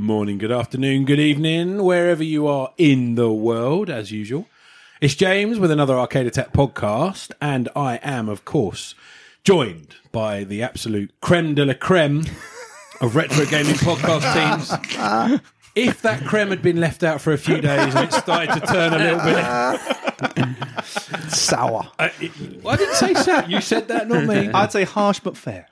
morning, good afternoon, good evening, wherever you are in the world, as usual. It's James with another Arcade Attack podcast, and I am, of course, joined by the absolute creme de la creme of retro gaming podcast teams. If that creme had been left out for a few days and it started to turn a little bit, sour. I, well, I didn't say that. You said that, not me. I'd say harsh but fair.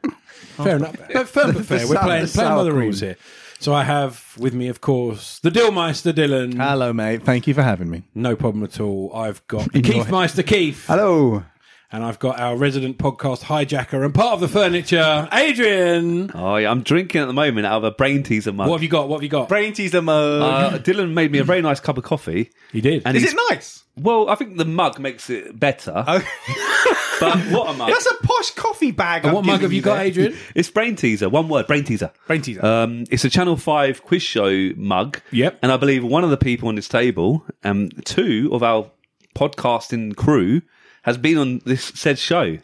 Fair enough. But firm but fair. We're sour- playing, the playing by sour the cream. rules here. So I have with me, of course, the Dillmeister Dylan. Hello, mate. Thank you for having me. No problem at all. I've got Keith Meister Keith, Hello. and I've got our resident podcast hijacker and part of the furniture, Adrian. Oh, yeah, I'm drinking at the moment out of a brain teaser mug. What have you got? What have you got? Brain teaser mode. uh, Dylan made me a very nice cup of coffee. He did. And Is he's- it nice? Well, I think the mug makes it better. but what a mug! That's a posh coffee bag. and what mug have you got, Adrian? Uh. It's brain teaser. One word, brain teaser. Brain teaser. Um, it's a Channel Five quiz show mug. Yep. And I believe one of the people on this table, um, two of our podcasting crew, has been on this said show.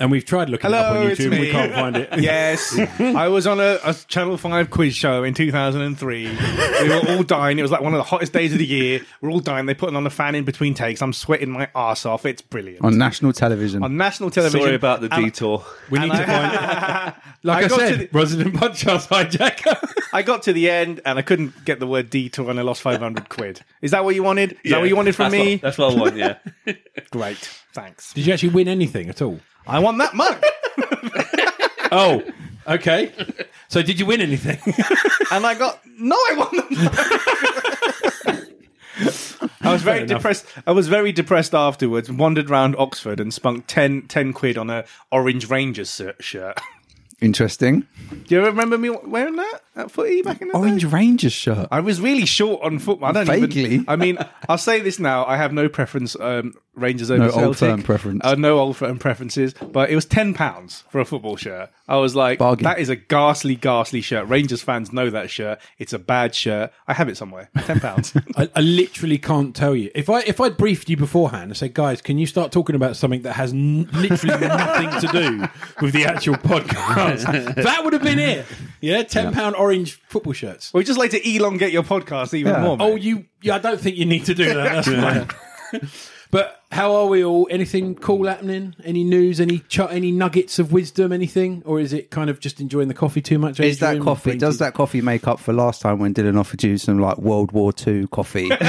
And we've tried looking it up on Hello, it's YouTube. me. We can't find it. Yes, I was on a, a Channel Five quiz show in 2003. We were all dying. It was like one of the hottest days of the year. We're all dying. They're putting on a fan in between takes. I'm sweating my arse off. It's brilliant on national television. on national television. Sorry about the and detour. We need to find. Like I, I got to said, the- resident podcast hijacker. I got to the end and I couldn't get the word detour, and I lost 500 quid. Is that what you wanted? Is that what you wanted from That's what- me? that's what I want. Yeah. Great. Thanks. did you actually win anything at all? I want that mug. Oh, okay. So did you win anything? And I got, no, I won the mug. I was very enough. depressed. I was very depressed afterwards. Wandered round Oxford and spunk 10, 10 quid on a orange Rangers ser- shirt. Interesting. Do you remember me wearing that at footy back in the Orange day? Rangers shirt. I was really short on football. I don't even- Vaguely. I mean, I'll say this now. I have no preference. Um, Rangers over No old Celtic. firm preference. Uh, no old firm preferences. But it was ten pounds for a football shirt. I was like, Bargain. that is a ghastly, ghastly shirt. Rangers fans know that shirt. It's a bad shirt. I have it somewhere. Ten pounds. I, I literally can't tell you. If I if I briefed you beforehand and said, guys, can you start talking about something that has n- literally nothing to do with the actual podcast? that would have been it. Yeah, ten pound orange football shirts. we just like to elongate your podcast even Yeah. more. Oh, mate. you? Yeah, I don't think you need to do that. That's fine. but how are we all? Anything cool happening? Any news? Any ch- any nuggets of wisdom? Anything? Or is it kind of just enjoying the coffee too much? Is that Adrian? coffee? Brain Does teaser. that coffee make up for last time when Dylan offered you some like World War II coffee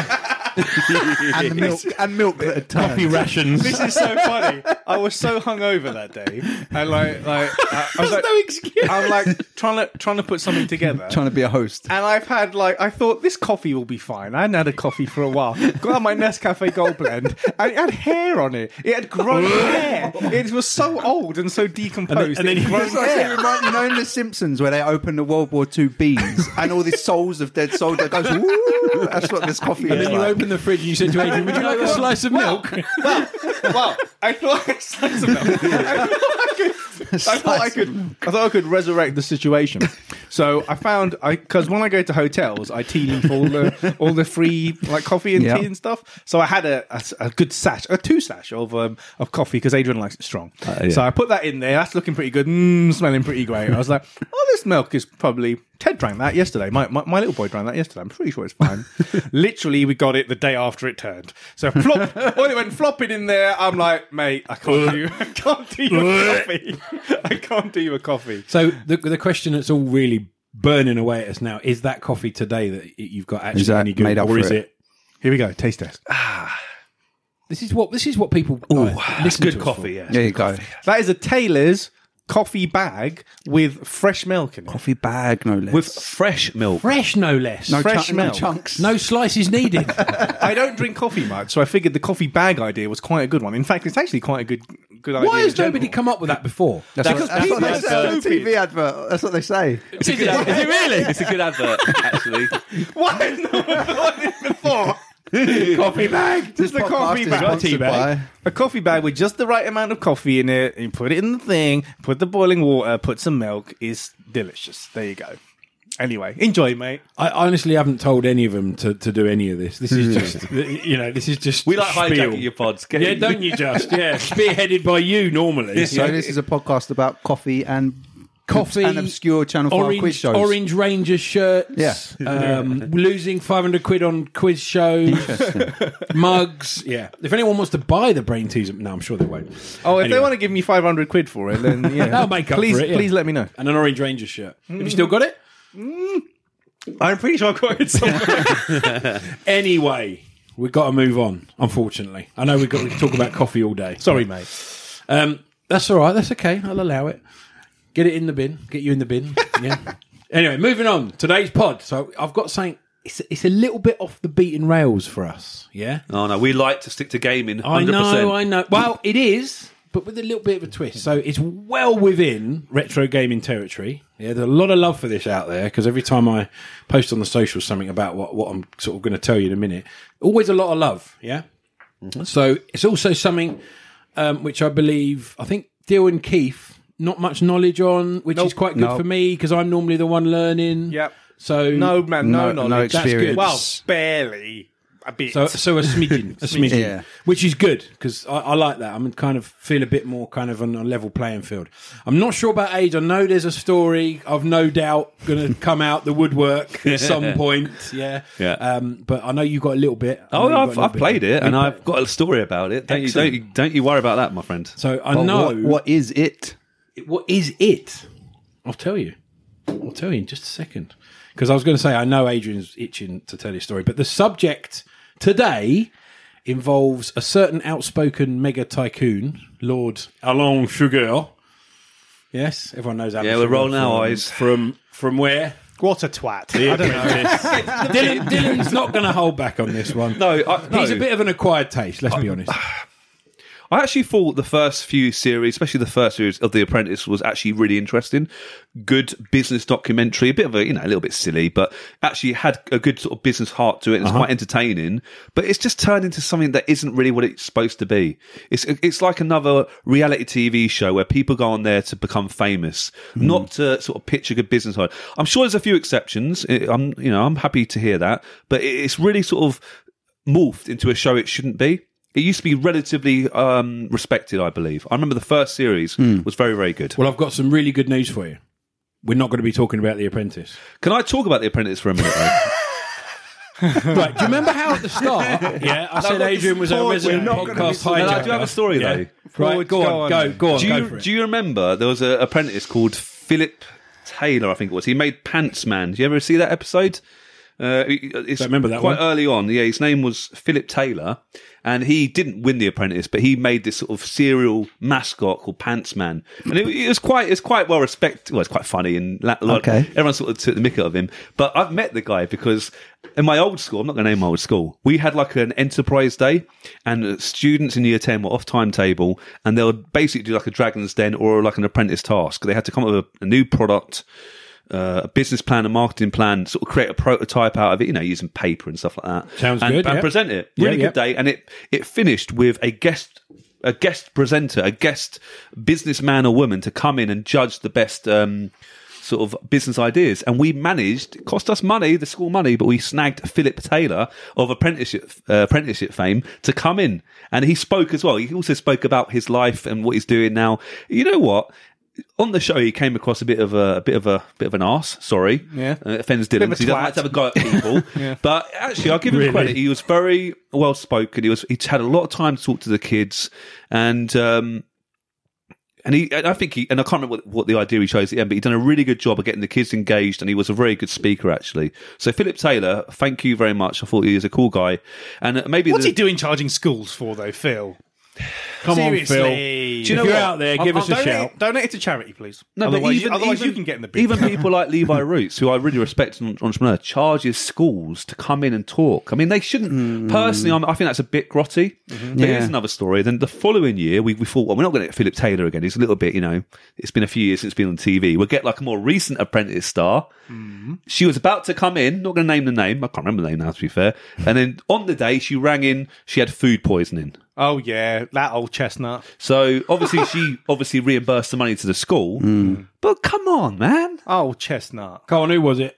and the milk and milk that had turned? coffee rations? This is so funny. I was so hungover that day, and like, like, I, I was like, no excuse. I'm like trying to trying to put something together. Trying to be a host. And I've had like I thought this coffee will be fine. I hadn't had a coffee for a while. Got out my Nescafe Gold Blend. And it had hair on it. It had grown hair. It was so old and so decomposed. And then- and then it you- had It's grown like, hair. you might- you know in The Simpsons where they open the World War II beans and all these souls of dead soldiers goes, Woo! that's what this coffee And is then you like. open the fridge and you said to Adrian, "Would you like a slice of milk?" Well, well, I thought I sliced them up. I thought I could. I thought I could. I thought I could resurrect the situation. So I found I because when I go to hotels, I tea leaf all the all the free like coffee and Yeah. tea and stuff. So I had a, a s- a good sash, a two sash of um, of coffee because Adrian likes it strong. yeah. So I put that in there. That's looking pretty good. Mm, smelling pretty great. I was like, oh, this milk is probably. Ted drank that yesterday. My, my, my little boy drank that yesterday. I'm pretty sure it's fine. Literally, we got it the day after it turned. So flop, when it went flopping in there, I'm like, mate, I can't do, I can't do your coffee. I can't do your coffee. So the the question that's all really burning away at us now is that coffee today that y- you've got actually Is that any good, made up or for is it? it? Here we go. Taste test. This is what this is what people. Oh, It's good coffee. Yeah. There you go. That is a Taylor's coffee bag with fresh milk in it. Coffee bag, no less. With fresh milk. Fresh, no less. No, no fresh chunk- milk. No chunks. slices needed. I don't drink coffee much, so I figured the coffee bag idea was quite a good one. In fact, it's actually quite a good good idea. Why in has nobody general. come up with that before? That's, Because what, that's what people they are say on the stupid. TV advert. That's what they say. Is it? Is it really? It's a good advert, actually. Why has no one thought of it before? coffee bag. Just a podcast coffee is bag. sponsored Tea bag. by- A coffee bag with just the right amount of coffee in it. You put it in the thing, put the boiling water, put some milk. Is delicious. There you go. Anyway, enjoy, mate. I honestly haven't told any of them to, to do any of this. This is just, you know, this is just. We like spiel. hijacking your pods. Get Yeah, it? don't you just? Yeah, spearheaded by you normally. So this is a podcast about coffee and coffee and obscure Channel Five orange, quiz shows. Orange Ranger shirts. Yeah. Um, losing 500 quid on quiz shows. mugs. Yeah. If anyone wants to buy the brain teaser, no, I'm sure they won't. Oh, if they Anyway. want to give me five hundred quid for it, then yeah, That'll make up please, for it, yeah. please let me know. And an Orange Ranger shirt. Have you still got it? I'm pretty sure I've got it somewhere. Anyway, we've got to move on, unfortunately. I know we've got to talk about coffee all day. Sorry, mate. Um, that's all right. That's okay. I'll allow it. Get it in the bin. Get you in the bin. Yeah. anyway, moving on. Today's pod. So I've got something. It's it's a little bit off the beaten rails for us. Yeah. Oh no, we like to stick to gaming. 100%. I know. I know. Well, it is, but with a little bit of a twist. So it's well within retro gaming territory. Yeah, there's a lot of love for this out there because every time I post on the socials something about what what I'm sort of going to tell you in a minute, always a lot of love. Yeah. So it's also something um, which I believe I think Dylan Keefe not much knowledge on, which is quite good Nope. for me because I'm normally the one learning. Yep. So No, man, no, no No- no knowledge. that's good. experience. Well, barely a bit. So, so a smidgen, a smidgen, Yeah. which is good because I, I like that. I'm kind of feel a bit more kind of on a level playing field. I'm not sure about age. I know there's a story. I've no doubt going to come out the woodwork at some point. Yeah, Yeah. Um, but I know you got a little bit. I know Oh, you've got a I've, little I've bit. played it, and I've got a story about it. Don't you, don't, you, don't you worry about that, my friend. So I But know what- what is it? what is it? I'll tell you. I'll tell you in just a second. Because I was going to say, I know Adrian's itching to tell his story, but the subject today involves a certain outspoken mega tycoon, Lord Alain Sugar. Yes, everyone knows Alain Yeah, we're Sugar rolling our from- eyes. From, from where? what a twat. I don't know. Dylan, Dylan's not going to hold back on this one. No, I, no. He's a bit of an acquired taste, let's be honest. I actually thought the first few series, especially the first series of The Apprentice, was actually really interesting. Good business documentary, a bit of a you know a little bit silly, but actually had a good sort of business heart to it. and It's quite entertaining, but it's just turned into something that isn't really what it's supposed to be. It's it's like another reality TV show where people go on there to become famous, not to sort of pitch a good business idea. I'm sure there's a few exceptions. I- I'm you know I'm happy to hear that, but it- it's really sort of morphed into a show it shouldn't be. It used to be relatively um, respected, I believe. I remember the first series was very, very good. Well, I've got some really good news for you. We're not going to be talking about The Apprentice. Can I talk about The Apprentice for a minute? Though? Right, do you remember how at the start? Yeah, I said Adrian was our forward, resident we're not gonna podcast No, hijacker. no, I do have a story Yeah. though. Right, go, go on, on. go, go on, Do go you for it. do you remember there was an apprentice called Philip Taylor? I think it was. He made Pants Man. Do you ever see that episode? Uh, it's Don't remember that quite one. early on. Yeah, his name was Philip Taylor, and he didn't win the Apprentice, but he made this sort of serial mascot called Pants Man, and it, it was quite it's quite well respected. Well, it's quite funny, and la- like, Okay. everyone sort of took the mick out of him. But I've met the guy because in my old school, I'm not going to name my old school, we had like an enterprise day, and uh, students in year 10 were off timetable, and they would basically do like a dragon's den or like an apprentice task. They had to come up with a, a new product. Uh, a business plan, a marketing plan, sort of create a prototype out of it, you know, using paper and stuff like that. Sounds and, good, And yeah. present it. Yeah, Really yeah. good day. And it it finished with a guest a guest presenter, a guest businessman or woman to come in and judge the best um, sort of business ideas. And we managed, it cost us money, the school money, but we snagged Philip Taylor of apprenticeship uh, apprenticeship fame to come in, and he spoke as well. He also spoke about his life and what he's doing now. You know what? On the show, he came across a bit of a, a bit of a bit of an ass. Sorry, Yeah. uh, offends Dylan. of a 'cause He doesn't twat. like to have a go at people, but actually, I'll give him credit. He was very well spoken. He was he had a lot of time to talk to the kids, and um, and he, and I think he, and I can't remember what, what the idea he chose at the end, but he done a really good job of getting the kids engaged, and he was a very good speaker actually. So Philip Taylor, thank you very much. I thought he was a cool guy, and uh, maybe What's the- he doing charging schools for though, Phil? Come on, Phil. Seriously. you know what? you're out there, give us a donate, shout. Donate it to charity, please. No, otherwise, but even, you, otherwise you even- can get in the bin. Even people like Levi Roots, who I really respect as an entrepreneur, charges schools to come in and talk. I mean, they shouldn't. Hmm. Personally, I'm, I think that's a bit grotty. Mm-hmm. But Yeah. here's another story. Then the following year, we, we thought, well, we're not going to get Philip Taylor again. He's a little bit, you know, it's been a few years since he's been on TV. We'll get like a more recent apprentice star. Mm-hmm. She was about to come in, not going to name the name. I can't remember the name now, to be fair. And then on the day, she rang in, she had food poisoning. oh yeah, that old chestnut. So obviously, she obviously reimbursed the money to the school. Hmm. But come on, man. Oh chestnut. Come on, who was it?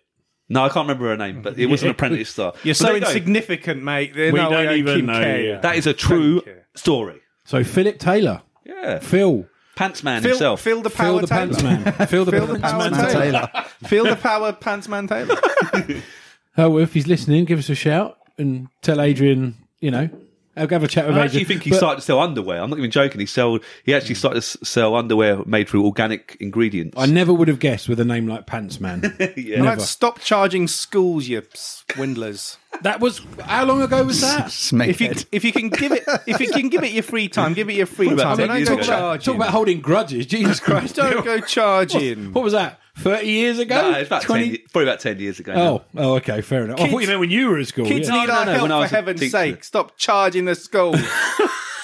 No, I can't remember her name, but it was an apprentice star. You're But so there you go. insignificant, mate. There's We no way don't I even keep know, care. yeah. That is a true care. story. So Philip Taylor, Yeah. Phil, Pants man Phil, himself. Phil the Phil Power the Taylor. Pants Man, Phil the Phil the Pants Power Man. Taylor. Taylor. Phil the Power Pants Man Taylor. Oh, if he's listening, give us a shout and tell Adrian. You know, I'll have a chat with I Adrian. actually think he But- started to sell underwear. I'm not even joking. He sold. He actually started to s- sell underwear made through organic ingredients. I never would have guessed with a name like Pants Man. yeah. Right, stop charging schools, you swindlers. that was how long ago was that? If you if you can give it if you can give it your free time, give it your free about time. ten Don't years go ago? Talk charging. about holding grudges, Jesus Christ! Don't go charging. Mm. What was that? Thirty years ago? No, it's about 10, probably about ten years ago. now. Oh, oh, okay, fair enough. I thought you Kids- meant when you were at school. Kids yeah. need No, no, our no, help when I for was a heaven's teacher. sake. Stop charging the school.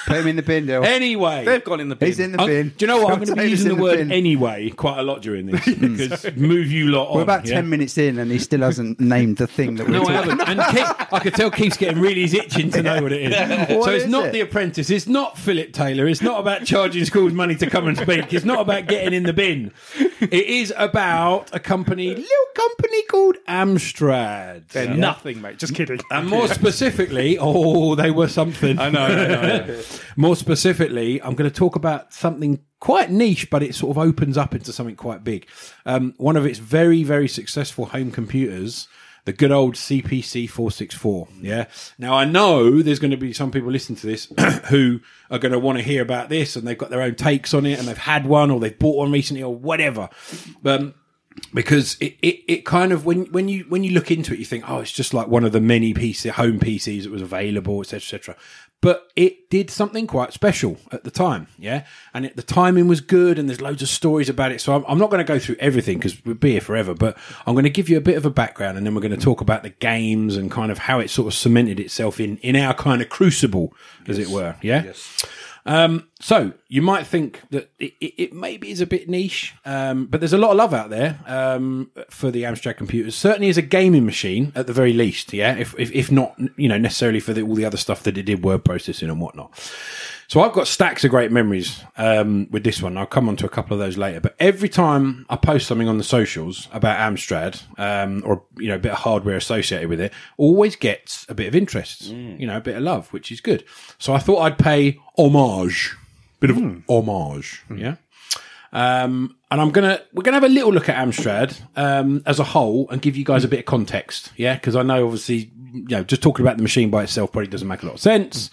Put him in the bin, Dale. Anyway, They've gone in the bin. He's in the I'm- bin. do you know what? I'm going to be Taylor's using the in word bin. anyway quite a lot during this because move you lot on. We're about yeah? 10 minutes in and he still hasn't named the thing that we're No, I talking haven't. And Keith, I could tell Keith's getting really he's itching to know what it is. What so it's is not it? The Apprentice. It's not Philip Taylor. It's not about charging schools money to come and speak. It's not about getting in the bin. It is about a company, little company called Amstrad. They're nothing, mate. Just kidding. And more specifically, oh, they were something. I know. more specifically, I'm going to talk about something quite niche, but it sort of opens up into something quite big. Um, one of its very, very successful home computers. The good old CPC 464. Yeah. Now, I know there's going to be some people listening to this who are going to want to hear about this and they've got their own takes on it and they've had one or they've bought one recently or whatever. Um, because it, it, it kind of when when you when you look into it you think oh it's just like one of the many PC home PCs that was available etc etc but it did something quite special at the time yeah and it, the timing was good and there's loads of stories about it so I'm, I'm not going to go through everything because we'd be here forever but I'm going to give you a bit of a background and then we're going to talk about the games and kind of how it sort of cemented itself in in our kind of crucible as it were yeah um, so you might think that it, it, it maybe is a bit niche, um, but there's a lot of love out there um, for the Amstrad computers. Certainly as a gaming machine, at the very least. Yeah, if if, if not, you know, necessarily for the, all the other stuff that it did, word processing and whatnot. So I've got stacks of great memories um, with this one. I'll come on to a couple of those later. But every time I post something on the socials about Amstrad um, or you know a bit of hardware associated with it, always gets a bit of interest, you know, a bit of love, which is good. So I thought I'd pay homage, bit of homage, Hmm. yeah. Um, and I'm gonna we're gonna have a little look at Amstrad um, as a whole and give you guys a bit of context, yeah, because I know obviously you know just talking about the machine by itself probably doesn't make a lot of sense,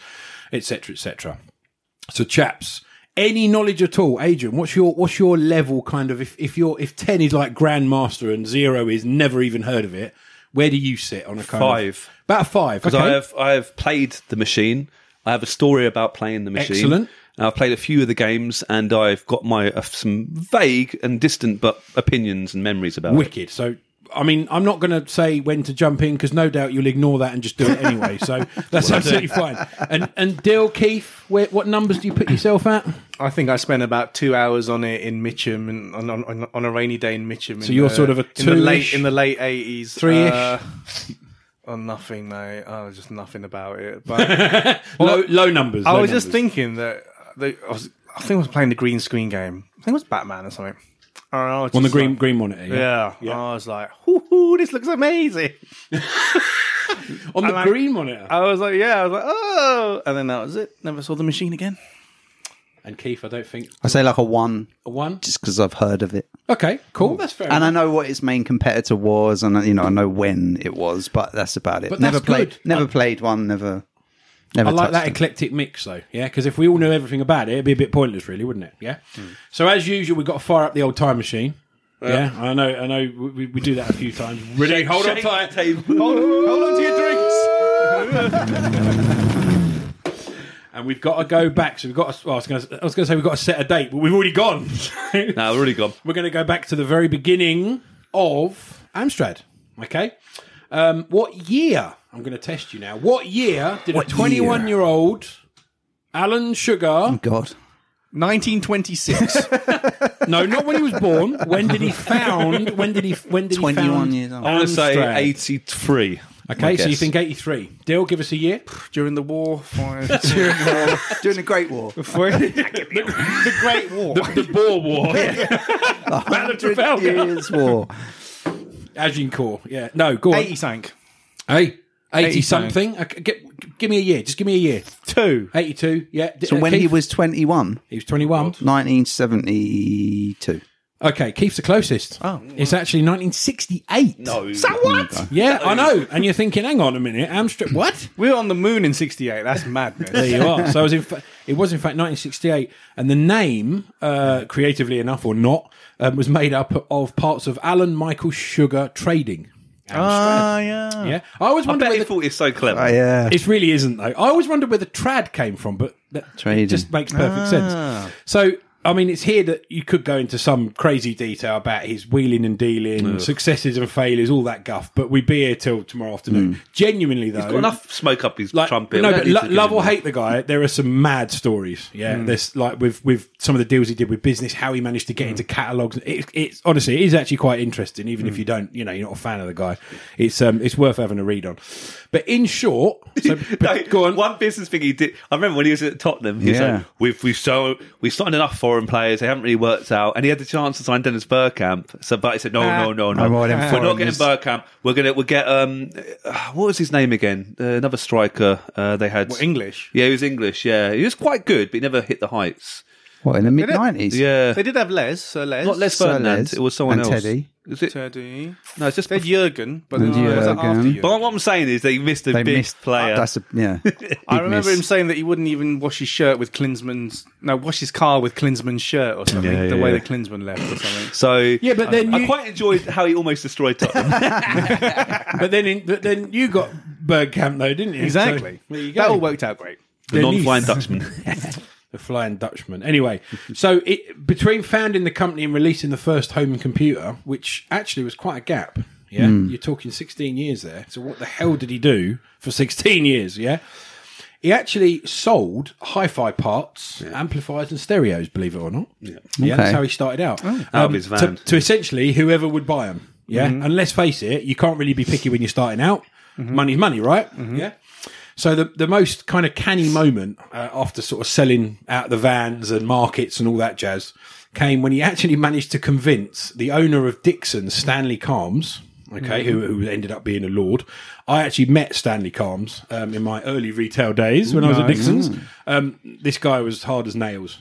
etc., etc. So, chaps, any knowledge at all, Adrian? What's your what's your level? Kind of if if you're if ten is like grandmaster and zero is never even heard of it, where do you sit on a kind Five. Of, about a five. because okay. I have I have played the machine. I have a story about playing the machine. Excellent. And I've played a few of the games, and I've got my uh, some vague and distant but opinions and memories about it. wicked. So. I mean, I'm not going to say when to jump in because no doubt you'll ignore that and just do it anyway. So that's absolutely fine. And and Dill Keith, where, what numbers do you put yourself at? I think I spent about two hours on it in Mitcham and on, on, on- on a rainy day in Mitcham. So you're sort of a in the two-ish? late in the late eighties, Three-ish? on nothing, mate. Oh, just nothing about it. But low, low numbers. I low was just numbers. thinking that the, I, was, I think I was playing the green screen game. I think it was Batman or something. I don't know, I was on the just green like- green monitor. Yeah, yeah. I was like, "Whoo, this looks amazing!" on the like- green monitor. I was like, "Yeah," I was like, "Oh," and then that was it. Never saw the machine again. and Keith, I don't think I say like a one a one. just because I've heard of it. Okay, cool. That's fair. And I know what its main competitor was, and you know I know when it was, but that's about it. But never that's played, good. never played one, never, never. I like touched that them. eclectic mix, though. Yeah, because if we all knew everything about it, it'd be a bit pointless, really, wouldn't it? Yeah. So as usual, we've got to fire up the old time machine. Yeah, I know. I know. we- We, we do that a few times. Really, hold on Shake tight. the table. Hold on to your drinks. and we've got to go back. So we've got. To, well, I was going to say we've got to set a date, but we've already gone. No, we're already gone. We're going to go back to the very beginning of Amstrad. Okay. Um, what year? I'm going to test you now. What year did What a 21 year? year old Alan Sugar? God. 1926. no, not when he was born. When did he found? When did he? When did he 21 found years old. I want to say Amstrad? 83. Okay, I so you guess. think 83. Dill, give us a year. During the war. Fine. During the Great War. the Great War. The Boer War. Battle of Trafalgar. Years War. Agincourt. Yeah. No, go on. 80 sank. Hey, 80, 80 something. Okay, gi- give me a year. Just give me a year. Two. 82. Yeah. D- So uh, when he Keith? was 21, He was 21. 1972. Okay, Keith's the closest. Oh. It's actually 1968. No. what? Yeah, I know. And you're thinking, hang on a minute, Amstrad. What? We were on the moon in 68. That's There madness. you are. So it was, in fa- it was in fact 1968, and the name, uh, creatively enough or not, um, was made up of parts of Alan Michael Sugar Trading. Ah, yeah. Yeah, I always I wonder bet where he the, thought it's so clever. Oh, yeah. It really isn't though. I always wondered where the trad came from, but that Trading. Ah. just makes perfect sense. So I mean, it's here that you could go into some crazy detail about his wheeling and dealing, successes and failures, all that guff. But we'd be here till tomorrow Hmm. afternoon. Genuinely though, He's got enough smoke up his like, trumpet. No, We don't but need lo- to give love him or that. hate the guy, there are some mad stories. Yeah, Mm. there's like with with some of the deals he did with business, how he managed to Mm. get into catalogs. It, it's honestly, it is actually quite interesting, even Mm. if you don't, you know, you're not a fan of the guy. It's um, it's worth having a read on. But in short, so, No, but go on. One business thing he did. I remember when he was at Tottenham. He Yeah. was like, "We've we so we signed enough foreign players. They haven't really worked out." And he had the chance to sign Dennis Burkamp. So, but he said, "No, Ah, no, no, no. I'm all them We're not getting foreigners." Burkamp. We're gonna we'll get um, uh, what was his name again? Uh, another striker. Uh, they had What, English? Yeah, he was English. Yeah, he was quite good, but he never hit the heights. What, in the mid 90s? Yeah, They did have Les, Sir Les. not Les Sir Ferdinand. Les It was someone and else. Teddy. Is it? Teddy. No, it's just. They had Jurgen, but then And was that after Jurgen. Jurgen? But what I'm saying is they missed a They big missed. uh, player. That's a, yeah. I remember him saying that he wouldn't even wash his shirt with Klinsman's. No, wash his car with Klinsman's shirt or something. Yeah, the yeah, way yeah. that Klinsman left or something. so yeah, but then I you- quite enjoyed how he almost destroyed Tottenham. But then, in, but then you got Bergkamp though, didn't you? Exactly. So, there you go. That all worked out great. the Denise. non-flying Dutchman. The Flying Dutchman. Anyway, so it, between founding the company and releasing the first home computer, which actually was quite a gap. Yeah, you're talking 16 years there. So what the hell did he do for 16 years? Yeah, he actually sold hi-fi parts, amplifiers, and stereos. Believe it or not. Yeah, that's how he started out. Out of his van. Um, Mm-hmm. To, to essentially whoever would buy them. Yeah, and let's face it, you can't really be picky when you're starting out. Money's money, right? Mm-hmm. Yeah. So the the most kind of canny moment uh, after sort of selling out the vans and markets and all that jazz came when he actually managed to convince the owner of Dixon, Stanley Calms. Okay, Mm-hmm. who, who ended up being a lord. I actually met Stanley Calms um, in my early retail days when I was at Dixon's. Mm. Um, this guy was hard as nails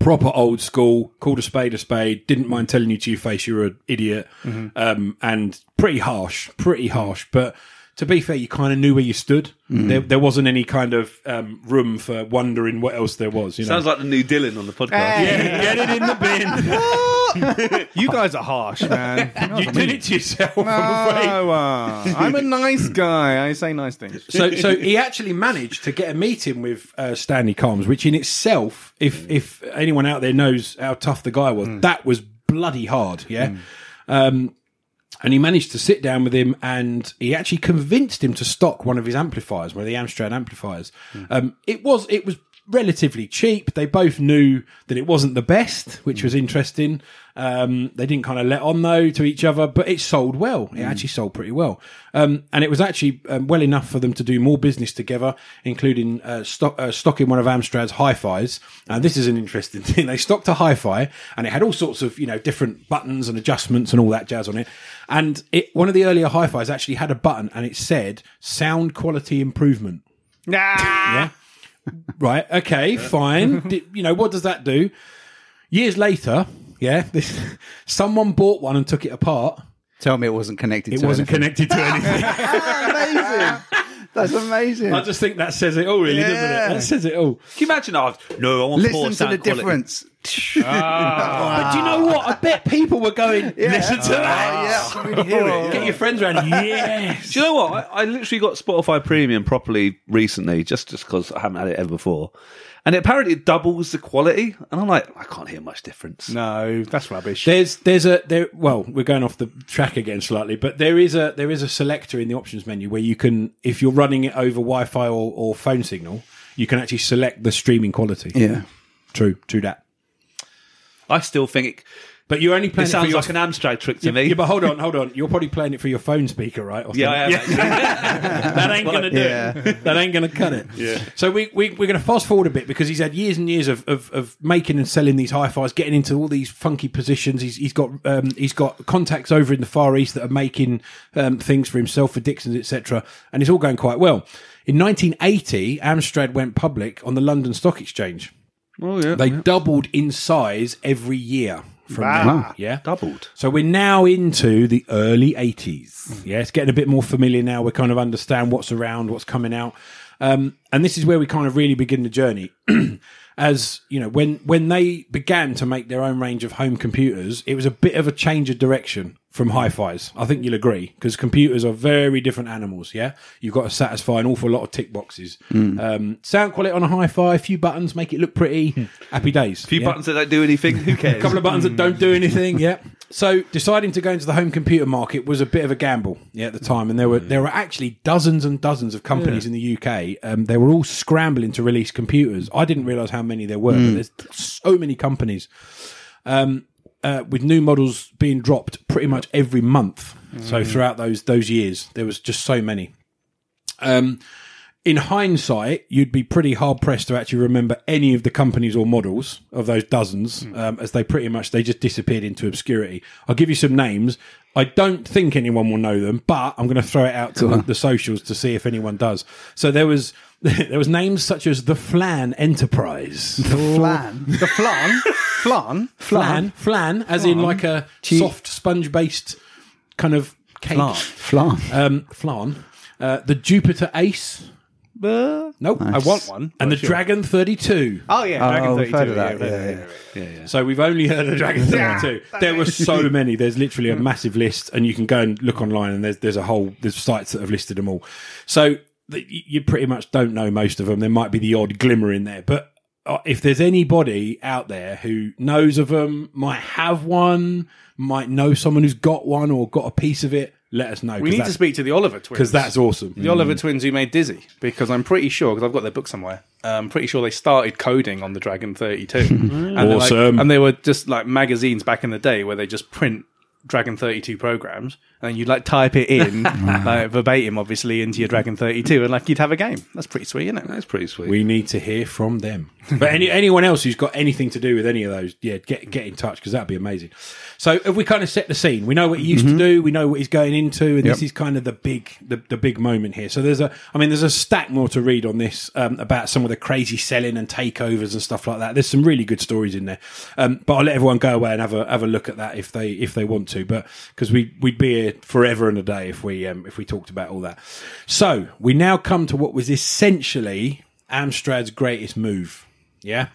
proper old school, called a spade a spade, didn't mind telling you to your face you're an idiot, Mm-hmm. um, and pretty harsh, pretty harsh. But to be fair, you kind of knew where you stood. Mm. There, there wasn't any kind of um, room for wondering what else there was. You know, Sounds like the new Dylan on the podcast. get it in the bin. You guys are harsh, man. you did it to yourself. I'm afraid. Oh, uh, I'm a nice guy. I say nice things. so so he actually managed to get a meeting with uh, Stanley Combs, which in itself, if if anyone out there knows how tough the guy was, that was bloody hard. Yeah. Um, and he managed to sit down with him, and he actually convinced him to stock one of his amplifiers, one of the Amstrad amplifiers. Um, it was it was relatively cheap. They both knew that it wasn't the best, which was interesting. Um, they didn't kind of let on though to each other, but it sold well. It actually sold pretty well, um, and it was actually um, well enough for them to do more business together, including uh, stock, uh, stocking one of Amstrad's hi-fis. And this is an interesting thing. They stocked a hi-fi, and it had all sorts of you know different buttons and adjustments and all that jazz on it. And it one of the earlier hi-fis actually had a button, and it said "sound quality improvement." Nah. Yeah. Right. Okay. Fine. Di- you know what does that do? Years later, yeah, this someone bought one and took it apart. Tell me it wasn't connected It to wasn't anything. connected to anything. amazing. That's amazing. I just think that says it all, really, doesn't Yeah. it? That says it all. Can you imagine? Oh, no, I want Listen poor to sound the quality. difference. But do you know what? I bet people were going, listen to that. Get your friends around. Yes. Do you know what? I, I literally got Spotify Premium properly recently, just just because I haven't had it ever before, and it apparently doubles the quality. And I'm like, I can't hear much difference. No, that's rubbish. There's there's a there well we're going off the track again slightly but there is a there is a selector in the options menu where you can if you're running it over Wi-Fi or, or phone signal you can actually select the streaming quality Yeah. true true that I still think it, but you're only it playing it, for sounds your like an Amstrad trick to yeah, me. yeah, but hold on hold on you're probably playing it for your phone speaker right or Yeah, I something? am. that ain't gonna do it. That ain't gonna cut it. So we, we we're gonna fast forward a bit because he's had years and years of, of, of making and selling these hi fis, getting into all these funky positions. He's he's got um, he's got contacts over in the Far East that are making um, things for himself for Dixon's etc. And it's all going quite well. In 1980, Amstrad went public on the London Stock Exchange. Oh yeah, They doubled in size every year from Wow. there. Yeah, doubled. so we're now into the early Mm. 80s. Yeah, it's getting a bit more familiar now. We kind of understand what's around, what's coming out. Um, and this is where we kind of really begin the journey. As you know, when when they began to make their own range of home computers, it was a bit of a change of direction from hi-fis. I think you'll agree because computers are very different animals. Yeah, you've got to satisfy an awful lot of tick boxes. Mm. Um, sound quality on a hi-fi, a few buttons make it look pretty. Happy days. A Hmm. few buttons that don't do anything. Who cares? A couple of buttons that don't do anything. Yeah. So deciding to go into the home computer market was a bit of a gamble yeah, at the time, and there were there were actually dozens and dozens of companies in the UK. Um, they were all scrambling to release computers. I didn't realize how many there were, but there's so many companies uh, with new models being dropped pretty much every month. So throughout those those years, there was just so many. Um, in hindsight, you'd be pretty hard pressed to actually remember any of the companies or models of those dozens, um, as they pretty much they just disappeared into obscurity. I'll give you some names. I don't think anyone will know them, but I'm going to throw it out to the, the socials to see if anyone does. So there was there was names such as the Flan Enterprise. The flan. The flan, flan, Flan, flan, as in like a soft sponge based kind of cake. Flan. Um, flan. Uh, the Jupiter Ace. Nope. I want one. And the Sure. Dragon 32. Oh yeah, Oh, Dragon we've 32. heard of that, yeah, yeah, yeah, yeah. yeah, So we've only heard of Dragon 32. there were so many. There's literally a massive list, and you can go and look online, and there's there's a whole there's sites that have listed them all. So th- y- you pretty much don't know most of them. There might be the odd glimmer in there, but uh, if there's anybody out there who knows of them, might have one, might know someone who's got one or got a piece of it, let us know. We need to speak to the Oliver twins because that's awesome. the Mm. Oliver twins who made Dizzy because I'm pretty sure because I've got their book somewhere. I'm pretty sure they started coding on the Dragon 32. and they're like- Awesome. and they were just like magazines back in the day where they just print Dragon 32 programs and you'd like type it in like verbatim obviously into your Dragon 32 and like you'd have a game. That's pretty sweet, isn't it? That's pretty sweet. We need to hear from them. But any, anyone else who's got anything to do with any of those, yeah, get get in touch because that'd be amazing. So if we kind of set the scene, we know what he used to do, we know what he's going into, and this is kind of the big the, the big moment here. So there's a, I mean, there's a stack more to read on this um, about some of the crazy selling and takeovers and stuff like that. There's some really good stories in there, um, but I'll let everyone go away and have a have a look at that if they if they want to. But because we we'd be here forever and a day if we um, if we talked about all that. So we now come to what was essentially Amstrad's greatest move, yeah,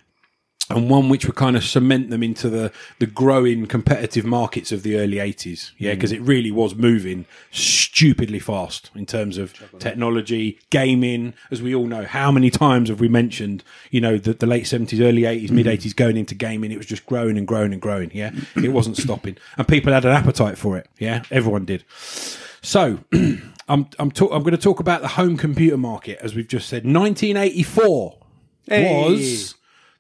and one which would kind of cement them into the the growing competitive markets of the early eighties, yeah, because it really was moving stupidly fast in terms of technology, gaming. As we all know, how many times have we mentioned, you know, the, the late seventies, early eighties, mid eighties, going into gaming, it was just growing and growing and growing, yeah, it wasn't stopping, and people had an appetite for it, yeah, everyone did. So I'm I'm talk, I'm going to talk about the home computer market as we've just said. 1984 was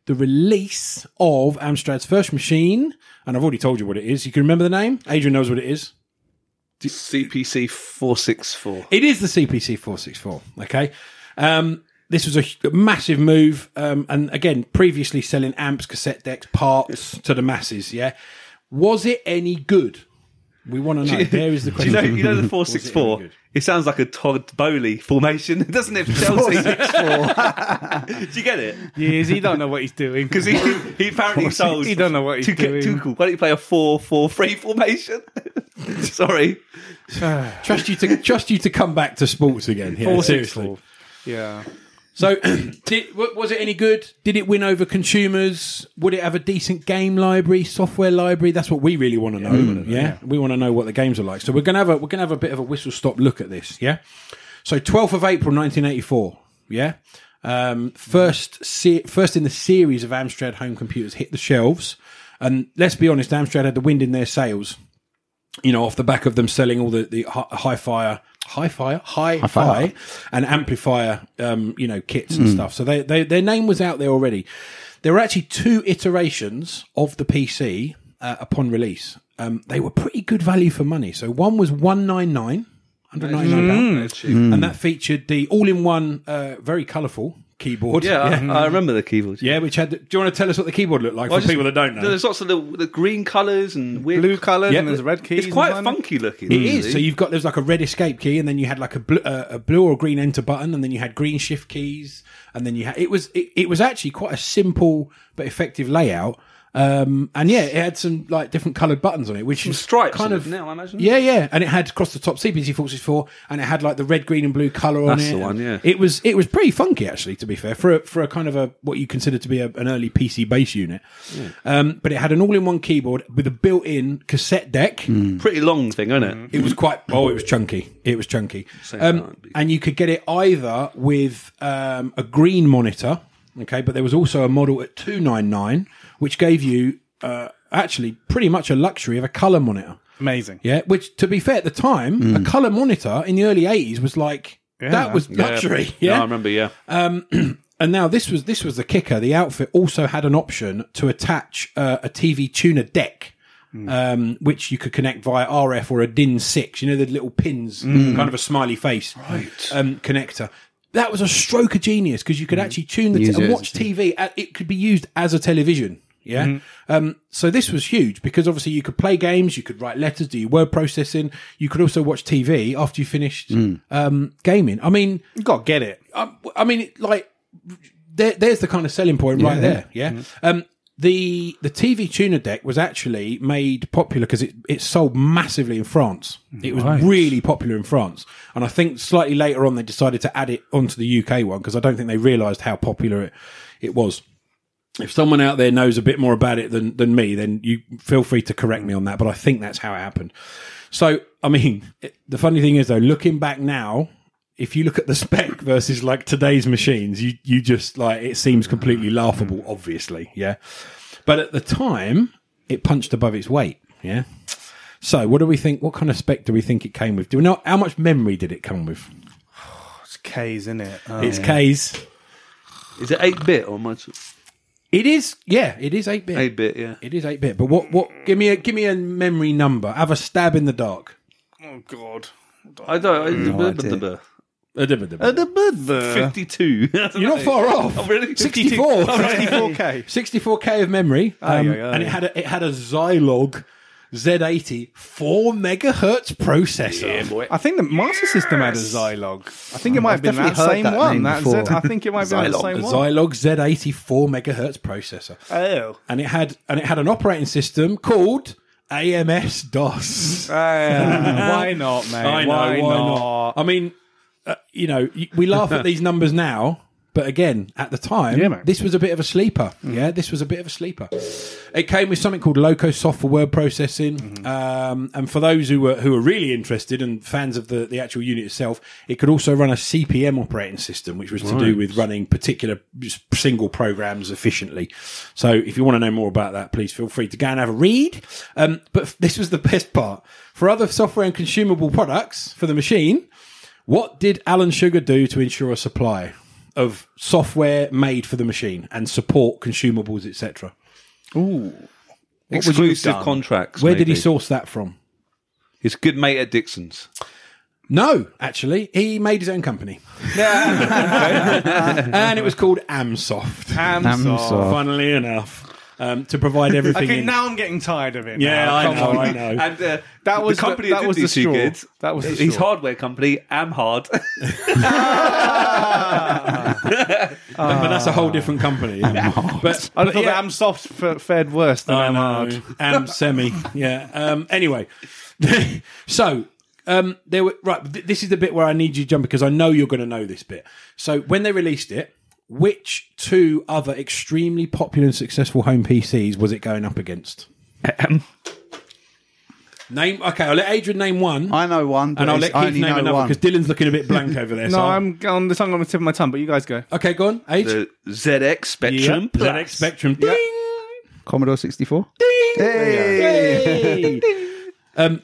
the release of Amstrad's first machine, and I've already told you what it is. You can remember the name. Adrian knows what it is. CPC four six four. It is the CPC 464. Okay. Um, this was a hu- massive move. Um, and again, previously selling amps, cassette decks, parts to the masses. Yeah. Was it any good? We want to know. There is the Do you question. know, you know the four Was it any six four. good? It sounds like a Todd Bowley formation, doesn't it? for Chelsea. Do you get it? Years, he don't know what he's doing Because he he apparently sold. he don't know what he's Tuchel- doing. Tuchel, why don't you play a four four three formation? Sorry, Trust you to trust you to come back to sports again. Yeah, seriously. Yeah. So, did, wa- was it any good? Did it win over consumers? Would it have a decent game library, software library? That's what we really want to know. yeah? we want to know what the games are like. So we're gonna have a we're gonna have a bit of a whistle stop look at this. Yeah. So, twelfth of April, nineteen eighty four. Yeah. Um, first, se- first in the series of Amstrad home computers hit the shelves, and let's be honest, Amstrad had the wind in their sails you know, off the back of them selling all the the hi- hi fire, hi fire, hi fi, and amplifier, um, you know, kits and stuff. So they, they their name was out there already. There were actually two iterations of the PC uh, upon release. Um, they were pretty good value for money. So one was one nine nine. Hmm. 199 pound, and that featured the all-in-one, uh, very colourful keyboard. Yeah, I, I remember the keyboard. yeah. Which had. Do you want to tell us what the keyboard looked like Well, for just- people that don't know? There's lots of the, the green colours and weird Blue colours Yeah. and there's red keys. It's quite and all that. funky looking. It is. So you've got there's like a red escape key, and then you had like a blue, uh, a blue or green enter button, and then you had green shift keys, and then you had it was it, it was actually quite a simple but effective layout. Um, and yeah, it had some like different coloured buttons on it, which is stripes kind in of it now, I imagine. Yeah, yeah, and it had across the top CPC four six four, and it had like the red, green, and blue colour on That's it. the one, yeah. it was it was pretty funky actually. To be fair, for a, for a kind of a what you consider to be a, an early PC base unit, um, but it had an all in one keyboard with a built in cassette deck. pretty long thing, isn't it? It was quite. Oh, it was chunky. It was chunky. Um, time. and you could get it either with um, a green monitor, okay, but there was also a model at two nine nine, which gave you uh, actually pretty much a luxury of a color monitor. Amazing. Yeah, which to be fair, at the time, a color monitor in the early eighties was like that was luxury. Yeah, No, I remember. Yeah, and now this was this was the kicker. The outfit also had an option to attach uh, a TV tuner deck, Hmm. um, which you could connect via RF or a DIN six. You know the little pins, Hmm. kind of a smiley face um, connector. That was a stroke of genius because you Hmm. could actually tune the t- Use it and as watch TV. uh, It could be used as a television. Yeah. Hmm. Um, so this was huge because obviously you could play games, you could write letters, do your word processing, you could also watch TV after you finished Hmm. um, gaming. I mean, You got to get it. I, I mean, like there, there's the kind of selling point right there. Yeah. Um, the the TV tuner deck was actually made popular because it, it sold massively in France. It was really popular in France, and I think slightly later on they decided to add it onto the UK one because I don't think they realised how popular it it was. If someone out there knows a bit more about it than than me, then you feel free to correct me on that. But I think that's how it happened. So, I mean, it- the funny thing is though, looking back now, if you look at the spec versus like today's machines, you you just like it seems Mm. completely laughable, obviously, yeah. But at the time, it punched above its weight, yeah. So, what do we think? What kind of spec do we think it came with? Do we know how much memory did it come with? It's K's, isn't it? Oh, it's K's. is it eight bit or much? It is, yeah, it is eight bit. Eight bit. Yeah, It is eight bit. But what what? Give me a give me a memory number. Have a stab in the dark. oh, God. I don't. No Uh, Fifty-two. You're not far off. Oh, really? 64. 64K. 64k of memory, um, Aye, aye, aye. and it had a, it had a Zilog Z80 four megahertz processor. I think the Master System had a Zilog. I think it might have been that Mm, definitely heard same that one. name That's before. it. I think it might be the Zilog. a same one. Zilog Z80 four megahertz processor, Oh. and it had and it had an operating system called AMS DOS. why not, mate? why, not? I mean, uh, you know, y- we laugh at these numbers now, but again, at the time, Yeah, mate. this was a bit of a sleeper. Yeah, this was a bit of a sleeper. It came with something called Loco Soft for word processing, um, and for those who were who were really interested and fans of the the actual unit itself, it could also run a CPM operating system, which was to do with running particular s- single programs efficiently. So, if you want to know more about that, please feel free to go and have a read. Um, but f- this was the best part. For other software and consumable products for the machine, what did Alan Sugar do to ensure a supply of software made for the machine and support consumables, etc.? Exclusive contracts. Where did he maybe. source that from? His good mate at Dixon's. No, actually, he made his own company, and it was called Amsoft. Amsoft. Funnily enough, um, to provide everything. Okay, in- now I'm getting tired of it. yeah, now. I Come know, on. I know. And uh, That was the company the, that, that did was the these two straw. kids. That was the his straw. hardware company, Amhard. but that's a whole different company. Ah. but I thought yeah. Amsoft f- fared worse than I Amhard. know. Am semi. Yeah. Um, anyway, so Um, there were right. th- This is the bit where I need you, John, because I know you're going to know this bit. So when they released it, which two other extremely popular and successful home PCs was it going up against? Name. Okay, I'll let Adrian name one, I know one, but and I'll it's- let I Keith only name know another one. because Dylan's looking a bit blank over there. No, so I'll- I'm on the tongue on the tip of my tongue, but you guys go. okay. Go on, Age. The ZX Spectrum. Yep, Plus. ZX Spectrum. Ding. Commodore 64. Yay. um,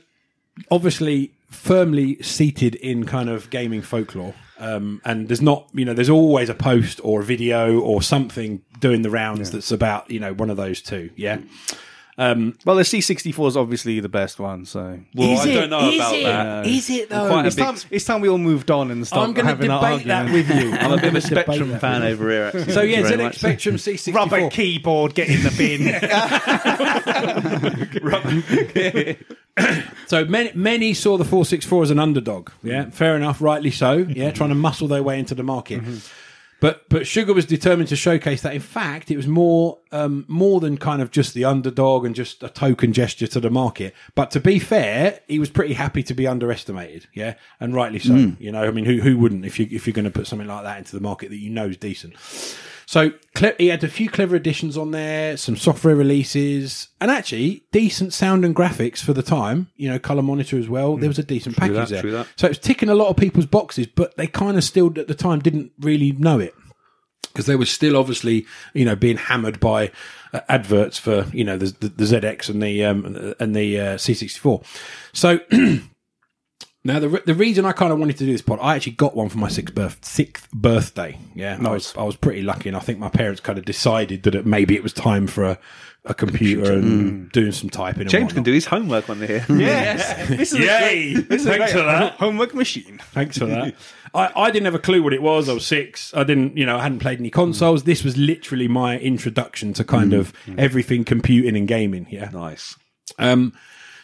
obviously, firmly seated in kind of gaming folklore. Um, and there's not, you know, there's always a post or a video or something doing the rounds that's about, you know, one of those two. Yeah. Well, the C64 is obviously the best one, so Well, I don't know about that. Is it though? Quite a it's big- time, it's time we all moved on and I'm stopped going to having our debate that argument. with you. I'm a bit of a gonna debate Spectrum that fan with you. over here. Actually. So yeah, Thank you very ZX much. Spectrum C64. Rubber keyboard, get in the bin. So many, many saw the 464 as an underdog. Yeah, fair enough, rightly so. Yeah, trying to muscle their way into the market. But but Sugar was determined to showcase that. In fact, it was more um, more than kind of just the underdog and just a token gesture to the market. But to be fair, he was pretty happy to be underestimated. Yeah, and rightly so. You know, I mean, who who wouldn't if you if you're going to put something like that into the market that you know is decent. So cle- he had a few clever additions on there, some software releases, and actually decent sound and graphics for the time. You know, color monitor as well. There was a decent package that, there. Hmm. true that. So it was ticking a lot of people's boxes, but they kind of still at the time didn't really know it because they were still obviously you know being hammered by uh, adverts for you know the, the, the ZX and the um, and the- and the uh, C64. So now the re- the reason I kind of wanted to do this pod, I actually got one for my sixth birth sixth birthday. Yeah, I was I was pretty lucky, and I think my parents kind of decided that it, maybe it was time for a, a computer, and doing some typing. and Mm. James can whatnot. do his homework on here. yes, this is Yay. A great, this is a Thanks great for that. homework machine. Thanks for that. I, I didn't have a clue what it was. I was six. I didn't, you know, I hadn't played any consoles. This was literally my introduction to kind of everything computing and gaming. Yeah. Nice. Um,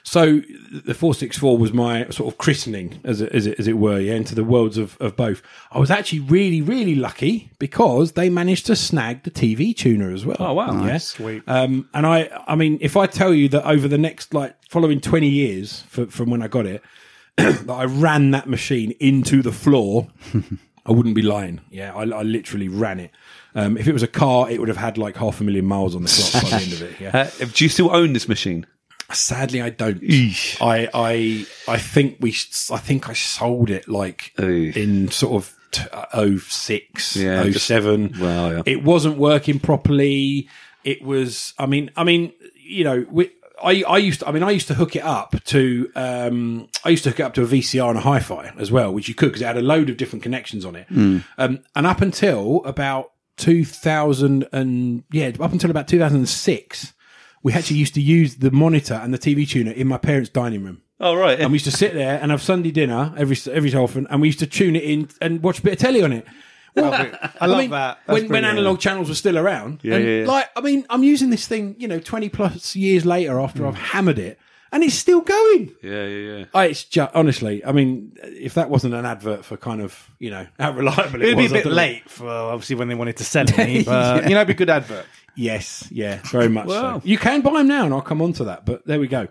so the four six four was my sort of christening, as it, as it, as it were, yeah, into the worlds of, of both. I was actually really really lucky because they managed to snag the TV tuner as well. Oh wow. yeah, sweet. Um, and I I mean, if I tell you that over the next like following twenty years for, from when I got it, that I ran that machine into the floor, I wouldn't be lying. Yeah, I, I literally ran it. Um, if it was a car, it would have had like half a million miles on the clock by the end of it. Yeah. Uh, do you still own this machine? Sadly, I don't. I I I think we s- I think I sold it like Ooh. in sort of t- uh, 06, Yeah, just- 07. Wow, yeah. It wasn't working properly. It was. I mean. I mean. You know. We, I, I used to, I mean I used to hook it up to um, I used to hook it up to a VCR and a hi-fi as well which you could because it had a load of different connections on it um, and up until about 2000 and yeah up until about 2006 we actually used to use the monitor and the TV tuner in my parents' dining room. Oh, right. And we used to sit there and have Sunday dinner every every so often, and we used to tune it in and watch a bit of telly on it. Well, I love that. That's when, when brilliant. analog channels were still around, Yeah, and yeah, yeah. like I mean, I'm using this thing, you know, 20 plus years later after I've hammered it, and it's still going. yeah, yeah, yeah. I, it's just honestly, I mean, if that wasn't an advert for kind of you know how reliable it It'd be a was, I bit don't know. late for obviously when they wanted to sell it, but you know, it'd be a good advert. Yes, yeah, very much so. You can buy them now, and I'll come on to that. But there we go.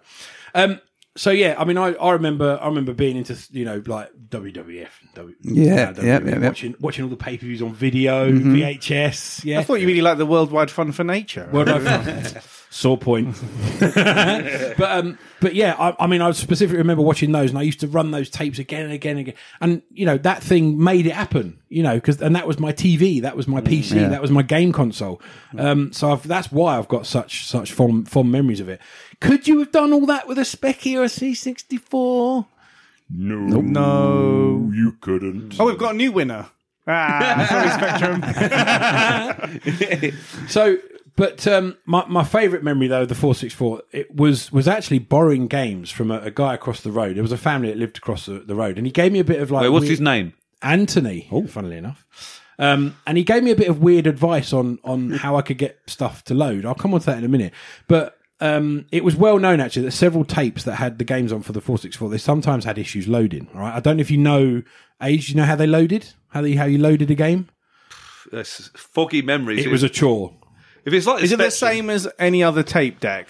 Um, so yeah, I mean, I, I remember I remember being into you know like WWF, w, Yeah, WWE, yeah, yeah, Mm-hmm. yeah. watching watching all the pay per views on video, VHS. Yeah, I thought you really liked the worldwide fun for nature. well done. Sore point. but um, but yeah, I, I mean, I specifically remember watching those, and I used to run those tapes again and again and again. And you know that thing made it happen. You know, because and that was my TV, that was my PC, that was my game console. Um, so I've, that's why I've got such such fond fond memories of it. Could you have done all that with a Speccy or a C sixty four? no, Oh, you couldn't. Oh, we've got a new winner. Ah, sorry, Spectrum. So, but um, my my favourite memory though, of the four six four, it was was actually borrowing games from a, a guy across the road. There was a family that lived across the, the road, and he gave me a bit of like Wait, what's weird- his name? Anthony. Oh, funnily enough. Um, and he gave me a bit of weird advice on on how I could get stuff to load. I'll come on to that in a minute. But um, it was well known actually that several tapes that had the games on for the four six four, they sometimes had issues loading. All right, I don't know if you know age. You know how they loaded? How they how you loaded a game? That's foggy memories. It was a chore. If it's like Is it the Spectrum- same as any other tape deck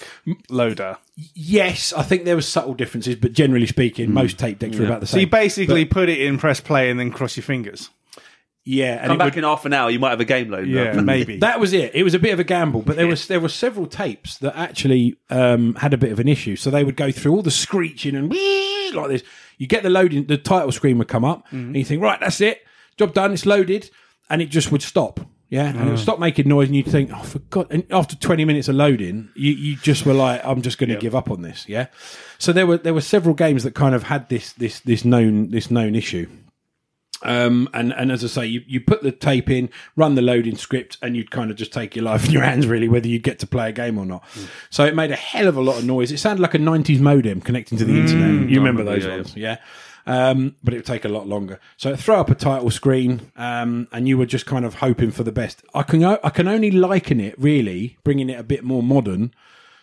loader? Yes, I think there were subtle differences, but generally speaking, most tape decks were about the So same. you basically put it in, press play, and then cross your fingers. yeah, and Come it back would- in half an hour, you might have a game load. now. maybe. that was it. It was a bit of a gamble, but there was there were several tapes that actually um, had a bit of an issue. So they would go through all the screeching and like this. You get the loading, the title screen would come up, and you think, right, that's it, job done, it's loaded, and it just would stop. Yeah, and it would stop making noise, and you'd think, oh, for God. And after 20 minutes of loading, you, you just were like, I'm just going to give up on this. Yeah. So there were there were several games that kind of had this this this known this known issue. Um, and, and as I say, you, you put the tape in, run the loading script, and you'd kind of just take your life in your hands, really, whether you'd get to play a game or not. Mm. So it made a hell of a lot of noise. It sounded like a 90s modem connecting to the Mm, internet. You remember those yeah, ones, yeah? Um, but it would take a lot longer. So throw up a title screen, um, and you were just kind of hoping for the best. I can, o- I can only liken it, really, bringing it a bit more modern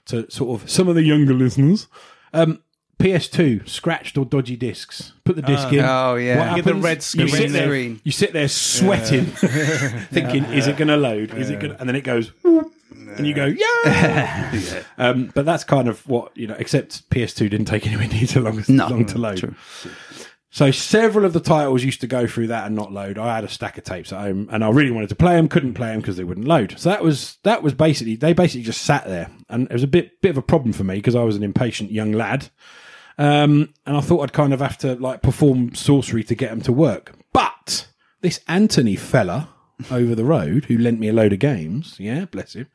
to sort of some of the younger listeners. Um, PS2, scratched or dodgy discs. Put the disc in. Oh, yeah. What You get the happens? red You screen. sit there, Screen. you sit there sweating, thinking, "Is it going to load? Is it going?" to And then it goes, whoop, and you go, "Yeah." um, but that's kind of what you know. Except PS2 didn't take anywhere near so long, No. long to load. True. So several of the titles used to go through that and not load. I had a stack of tapes at home, and I really wanted to play them, couldn't play them because they wouldn't load. So that was that was basically they basically just sat there, and it was a bit bit of a problem for me because I was an impatient young lad, um, and I thought I'd kind of have to like perform sorcery to get them to work. But this Anthony fella over the road who lent me a load of games, yeah, bless him.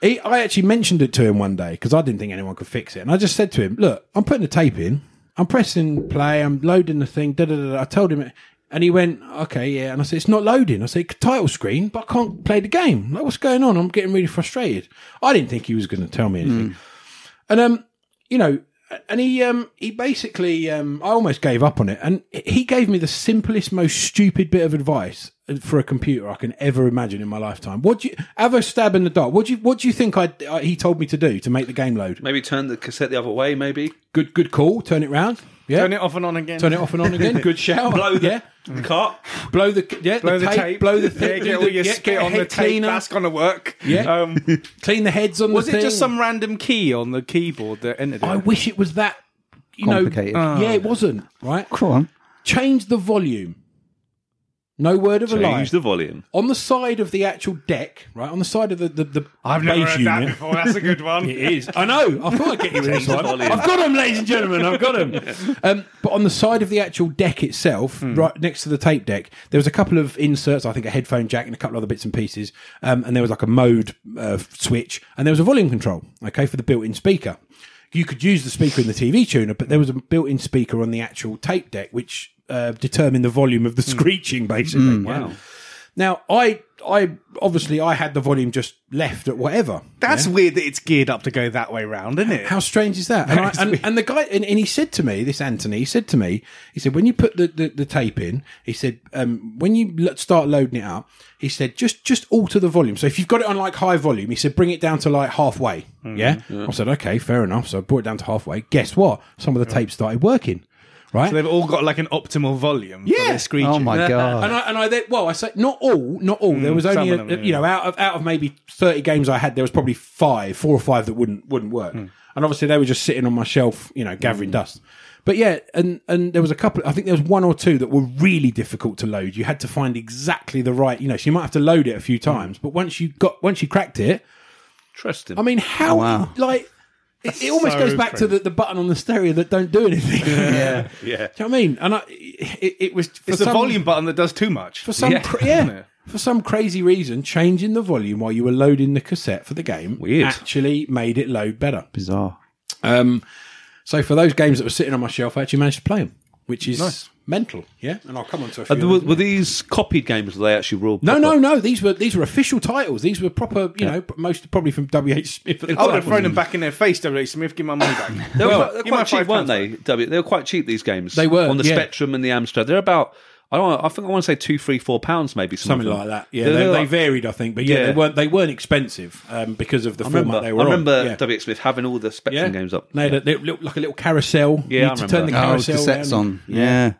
He, I actually mentioned it to him one day because I didn't think anyone could fix it, and I just said to him, "Look, I'm putting the tape in. I'm pressing play. I'm loading the thing." Da da da. da." I told him, it, and he went, "Okay, yeah." And I said, "It's not loading." I said, "Title screen, but I can't play the game. Like, what's going on? I'm getting really frustrated." I didn't think he was going to tell me anything, and um, you know, and he um, he basically um, I almost gave up on it, and he gave me the simplest, most stupid bit of advice for a computer I can ever imagine in my lifetime. What do you have a stab in the dark? What do you what do you think I, I he told me to do to make the game load? Maybe turn the cassette the other way. Maybe Good good call. Turn it round. Yeah. Turn it off and on again. Turn it off and on again. Good shout. blow the, yeah. the cart. Blow the yeah. Blow the tape. Blow the thing. do Yeah, get all the- your yeah, spit a on the head tape. cleaner, That's gonna work. Yeah. Um, Clean the heads on was the. it thing. just some random key on the keyboard that entered it? I wish it was that. You know, Complicated. yeah, it wasn't right. Come on. change the volume. No word of a lie. Change the volume. on the side of the actual deck, right on the side of the the, the I've never base heard unit. that before. That's a good one. It is. I know. I thought I'd get you with this the one. volume. I've got them, ladies and gentlemen. I've got them. Um, but on the side of the actual deck itself, Hmm. right next to the tape deck, there was a couple of inserts. I think a headphone jack and a couple other bits and pieces. Um, and there was like a mode uh, switch, and there was a volume control. Okay, for the built-in speaker. You could use the speaker in the TV tuner, but there was a built-in speaker on the actual tape deck, which uh, determined the volume Hmm. of the screeching, basically. Wow. Now, I, I obviously I had the volume just left at whatever. That's weird that it's geared up to go that way round, isn't it? How strange is that? And, I, That's and, weird. and the guy, and, and he said to me, this Anthony, he said to me, he said, when you put the, the, the tape in, he said, um, when you lo- start loading it up, he said, just, just alter the volume. So if you've got it on like high volume, he said, bring it down to like halfway. Yeah? I said, okay, fair enough. So I brought it down to halfway. Guess what? Some of the tape started working. Right? They've all got like an optimal volume for Yeah. their screeching. Oh, my God. And I and I then, well, I say not all, not all. there was only Hmm, some a, of them, yeah. you know out of out of maybe thirty games I had, there was probably five, four or five that wouldn't wouldn't work. Hmm. And obviously they were just sitting on my shelf, you know, gathering dust. But yeah, and and there was a couple. I think there was one or two that were really difficult to load. You had to find exactly the right, you know. So you might have to load it a Hmm. few times, but once you got once you cracked it, Trust him. I mean, Oh, how Wow. like it, it almost goes back to the, the button on the stereo that don't do anything. Yeah, yeah. Do you know what I mean? And I, it, it was for It's the some- volume button that does too much. for some Yeah. yeah, yeah for some crazy reason changing the volume while you were loading the cassette for the game Weird. actually made it load better Bizarre. um so for those games that were sitting on my shelf i actually managed to play them which is mental yeah and i'll come on to a few Uh, of were, them. were these copied games? Were they actually real? no proper- no no these were these were official titles these were proper you know most probably from wh smith at the I would time. have thrown them back in their face, W.H. Smith. Give my money back. They were Well, quite, they were give my quite five cheap, weren't pounds they? W, they were quite cheap. These games They were, on the yeah. Spectrum and the Amstrad. They're about. I don't. know, I think I want to say two, three, four pounds, maybe some Something of them. like that, yeah. They're- They, they're they like- varied, I think, but yeah, Yeah. they weren't they weren't expensive um, because of the I format remember. they were I on. remember Yeah. W. Smith having all the Spectrum yeah. games up. No, they, they look like a little carousel. Yeah, you I need to remember turn the that. Oh, carousel cassettes round. on. Yeah.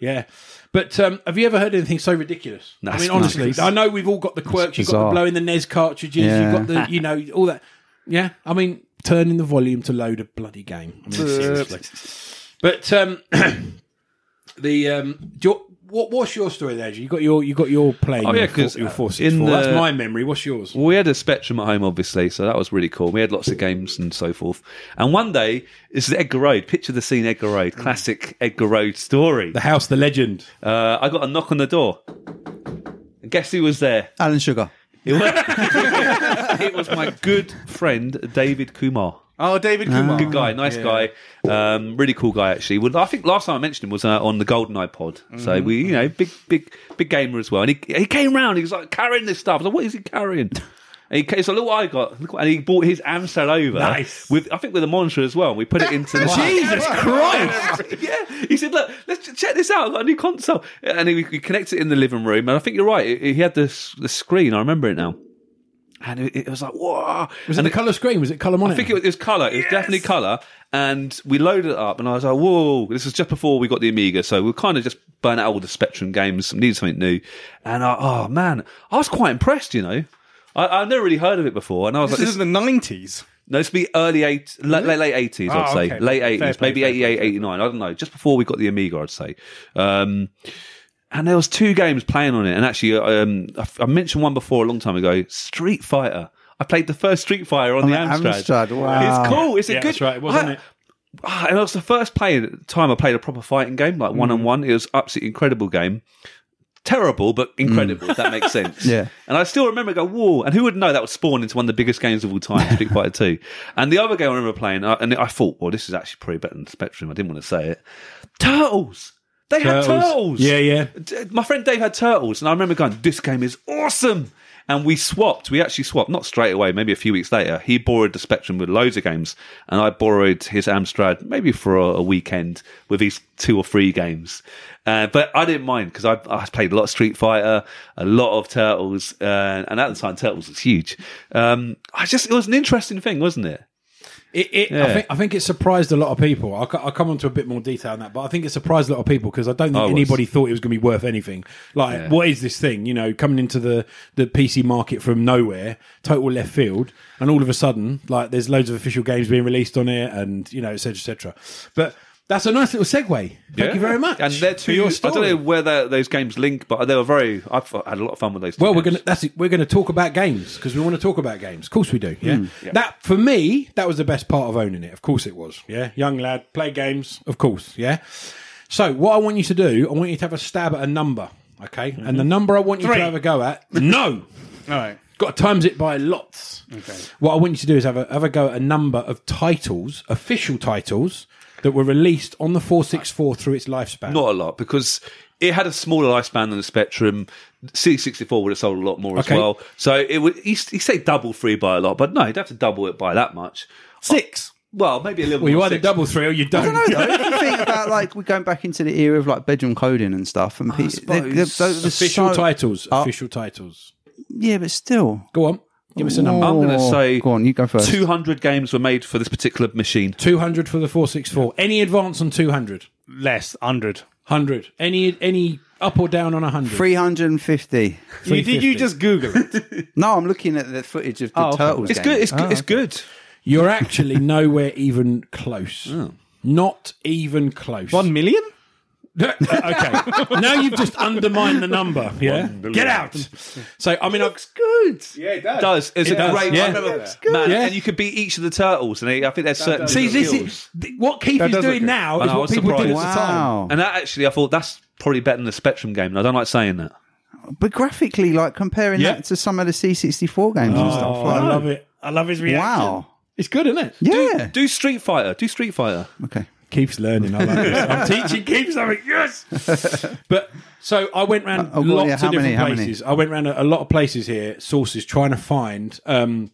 Yeah. But um, have you ever heard anything so ridiculous? I That's mean, honestly, nice. I know we've all got the quirks. You've got the bizarre. blowing the NES cartridges. Yeah. You've got the, you know, all that. Yeah, I mean, turning the volume to load a bloody game. I mean, seriously. But um, the um, do you, what, what's your story there? You got your you got your plane. Oh, yeah, your four- 'cause, your uh, four six in four. That's the- my memory. What's yours? We had a Spectrum at home, obviously, so that was really cool. We had lots of games and so forth. And one day, this is Edgar Road. Picture the scene, Edgar Road. Classic Edgar Road story. The house, the legend. Uh, I got a knock on the door. And guess who was there? Alan Sugar. It was, it was my good friend, David Kumar. Oh, David Uh, Kumar. Good guy, nice guy, um, really cool guy. Actually, well, I think last time I mentioned him was uh, on the Golden iPod. Mm-hmm. So we, you know, big, big, big gamer as well. And he, he came round. He was like carrying this stuff. I was like, what is he carrying? And he came, so look what I got. Look what, and he bought his Amstrad over. Nice. With I think with a monitor as well. And we put it into the Jesus Christ! yeah, he said, "Look, let's ch- check this out. I've got a new console." And he, he connected it in the living room, and I think you're right. He he had the s- the screen. I remember it now, and it, it was like, "Whoa!" Was it and the colour screen? Was it colour monitor? I think it was, it was color. It was definitely color. And we loaded it up, and I was like, "Whoa!" This was just before we got the Amiga, so we were kind of just burnt out all the Spectrum games, needed something new. And I, oh man, I was quite impressed. You know, I, I've never really heard of it before, and I was This like, is the 90s. no, it's be early eight, late, late eighties, I'd Oh, say, okay. late Fair eighties, play, maybe fair 88, 89, I don't know, just before we got the Amiga, I'd say. Um, and there was two games playing on it, and actually, um, I, I mentioned one before a long time ago, Street Fighter. I played the first Street Fighter on, On the the Amstrad. Amstrad, wow. It's cool. It's a Yeah, good. that's right, it was, wasn't I- it? Ah, and it was the first play, time I played a proper fighting game, like one Mm. on one. It was absolutely incredible game. Terrible, but incredible, if that makes sense. Yeah. And I still remember going, whoa. And who would know that would spawn into one of the biggest games of all time, Street Fighter 2. And the other game I remember playing, uh, and I thought, well, this is actually probably better than Spectrum. I didn't want to say it. Turtles! They had turtles! Yeah, yeah. D- My friend Dave had turtles, and I remember going, "This game is awesome." And we swapped. We actually swapped, not straight away. Maybe a few weeks later, he borrowed the Spectrum with loads of games, and I borrowed his Amstrad maybe for a, a weekend with these two or three games. Uh, but I didn't mind because I, I played a lot of Street Fighter, a lot of Turtles, uh, and at the time, Turtles was huge. Um, I just it was an interesting thing, wasn't it? It, it, I, Yeah. think, I think it surprised a lot of people. I'll, co- I'll come on to a bit more detail on that, but I think it surprised a lot of people because I don't think I Oh, was. anybody thought it was going to be worth anything. Like, what is this thing? You know, coming into the, the PC market from nowhere, total left field, and all of a sudden, like, there's loads of official games being released on it, and you know, etc., etc. But that's a nice little segue. Thank Yeah. you very much. And they're for two. your I don't story. know where tho- those games link, but they were very. I've had a lot of fun with those. Two Well, we're games. gonna that's it. we're gonna talk about games because we want to talk about games. Of course we do. Yeah? That for me, that was the best part of owning it. Of course it was. Yeah. Young lad, play games. Of course. Yeah. So what I want you to do, I want you to have a stab at a number. Okay. And the number I want you Three. to have a go at. No. All right. Got to times it by lots. Okay. What I want you to do is have a have a go at a number of titles, official titles, that were released on the four six four through its lifespan. Not a lot because it had a smaller lifespan than the Spectrum. C64 would have sold a lot more Okay. as well. So it would. You s- you say double three by a lot, but no, you'd have to double it by that much. Uh, Six. Well, maybe a little. well, you more either six. double three or you don't. I don't know. though. If you think about like we're going back into the era of like bedroom coding and stuff, and pe- they- they- suppose. those are Official so- titles. Oh. Official titles. Yeah, but still, Go on. Give us a number. I'm gonna Oh, say Go on, you go first. Two hundred games were made for this particular machine. 200 for the 464. Any advance on 200? Less. 100. 100. Any any up or down on 100? Three hundred and fifty. You, did you 350. just Google it? No, I'm looking at the footage of the okay. turtles. It's game. good. It's, good. it's good. You're actually nowhere even close. Oh. Not even close. One million? okay. now you've just undermined the number. Yeah. Get out. So, I mean, I've. Good. Yeah, it does. does. It's a does. great. Yeah. I remember, It's Man, Yeah. And you could beat each of the turtles, and I think there's certain. See, this skills. is th- what Keith is does look doing good. now I is know, I what was people did at surprised. the time. Wow. And that actually, I thought that's probably better than the Spectrum game. And I don't like saying that. But graphically, like comparing Yeah. that to some of the C64 games and stuff. Oh, Like, I love it. I love his reaction. Wow. It's good, isn't it? Yeah. Do Street Fighter. Do Street Fighter. okay. Keith's learning. I like this. I'm teaching Keith something. Yes. But so I went round Uh, oh, well, lots yeah, of how many, different how many? places. I went round a, a lot of places here, Hmm. sources, trying to find um,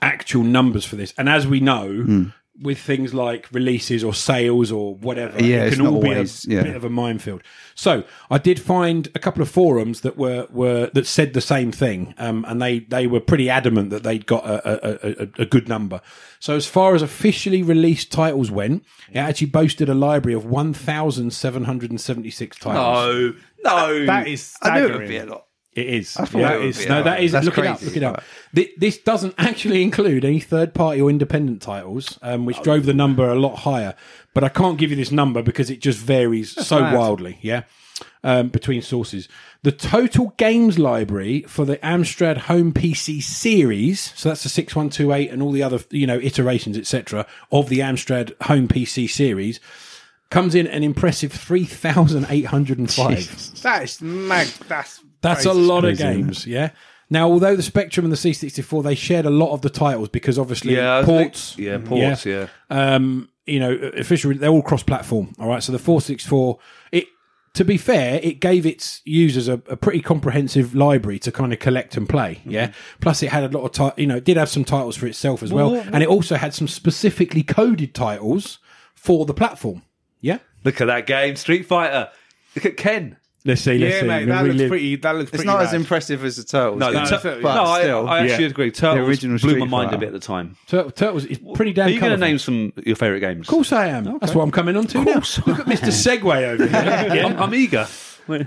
actual numbers for this. And as we know, with things like releases or sales or whatever. Yeah, it it's can all not be always- a yeah. bit of a minefield. So I did find a couple of forums that were, were that said the same thing, um, and they they were pretty adamant that they'd got a, a, a, a good number. So as far as officially released titles went, it actually boasted a library of one thousand seven hundred and seventy six titles. No, no. That is I knew staggering. it would be a lot. It is. thought That it would is- be no, alright. that is. That's look it up. crazy. Look it up. Thi- This doesn't actually include any third party or independent titles, um, which drove the number a lot higher. But I can't give you this number because it just varies so wildly. Yeah. Um, between sources, the total games library for the Amstrad Home PC series, so that's the six one two eight and all the other you know iterations etc. of the Amstrad Home PC series, comes in an impressive three thousand eight hundred and five. That is mad. That's That's a crazy. lot of games, yeah. Now, although the Spectrum and the C64, they shared a lot of the titles because obviously yeah, I think- ports, yeah, ports. Yeah. um, you know, officially they're all cross-platform. All right, so the 464, it to be fair, it gave its users a, a pretty comprehensive library to kind of collect and play. Yeah, plus it had a lot of ti- you know, it did have some titles for itself as well, and it also had some specifically coded titles for the platform. Yeah, Look at that game, Street Fighter. Look at Ken. let's see, let's Yeah, see. mate, that We looks live- pretty. That looks It's pretty not bad. as impressive as the Turtles. No, game, the tur- but no I, still, I actually yeah. agree. Turtles original blew my Street mind a Fighter. bit at the time. Tur- Turtles is pretty damn. Are you going to colourful. name some of your favourite Of games? course I am. That's what I'm coming on to now. Look at Mr. Segway over here. I'm, I'm eager.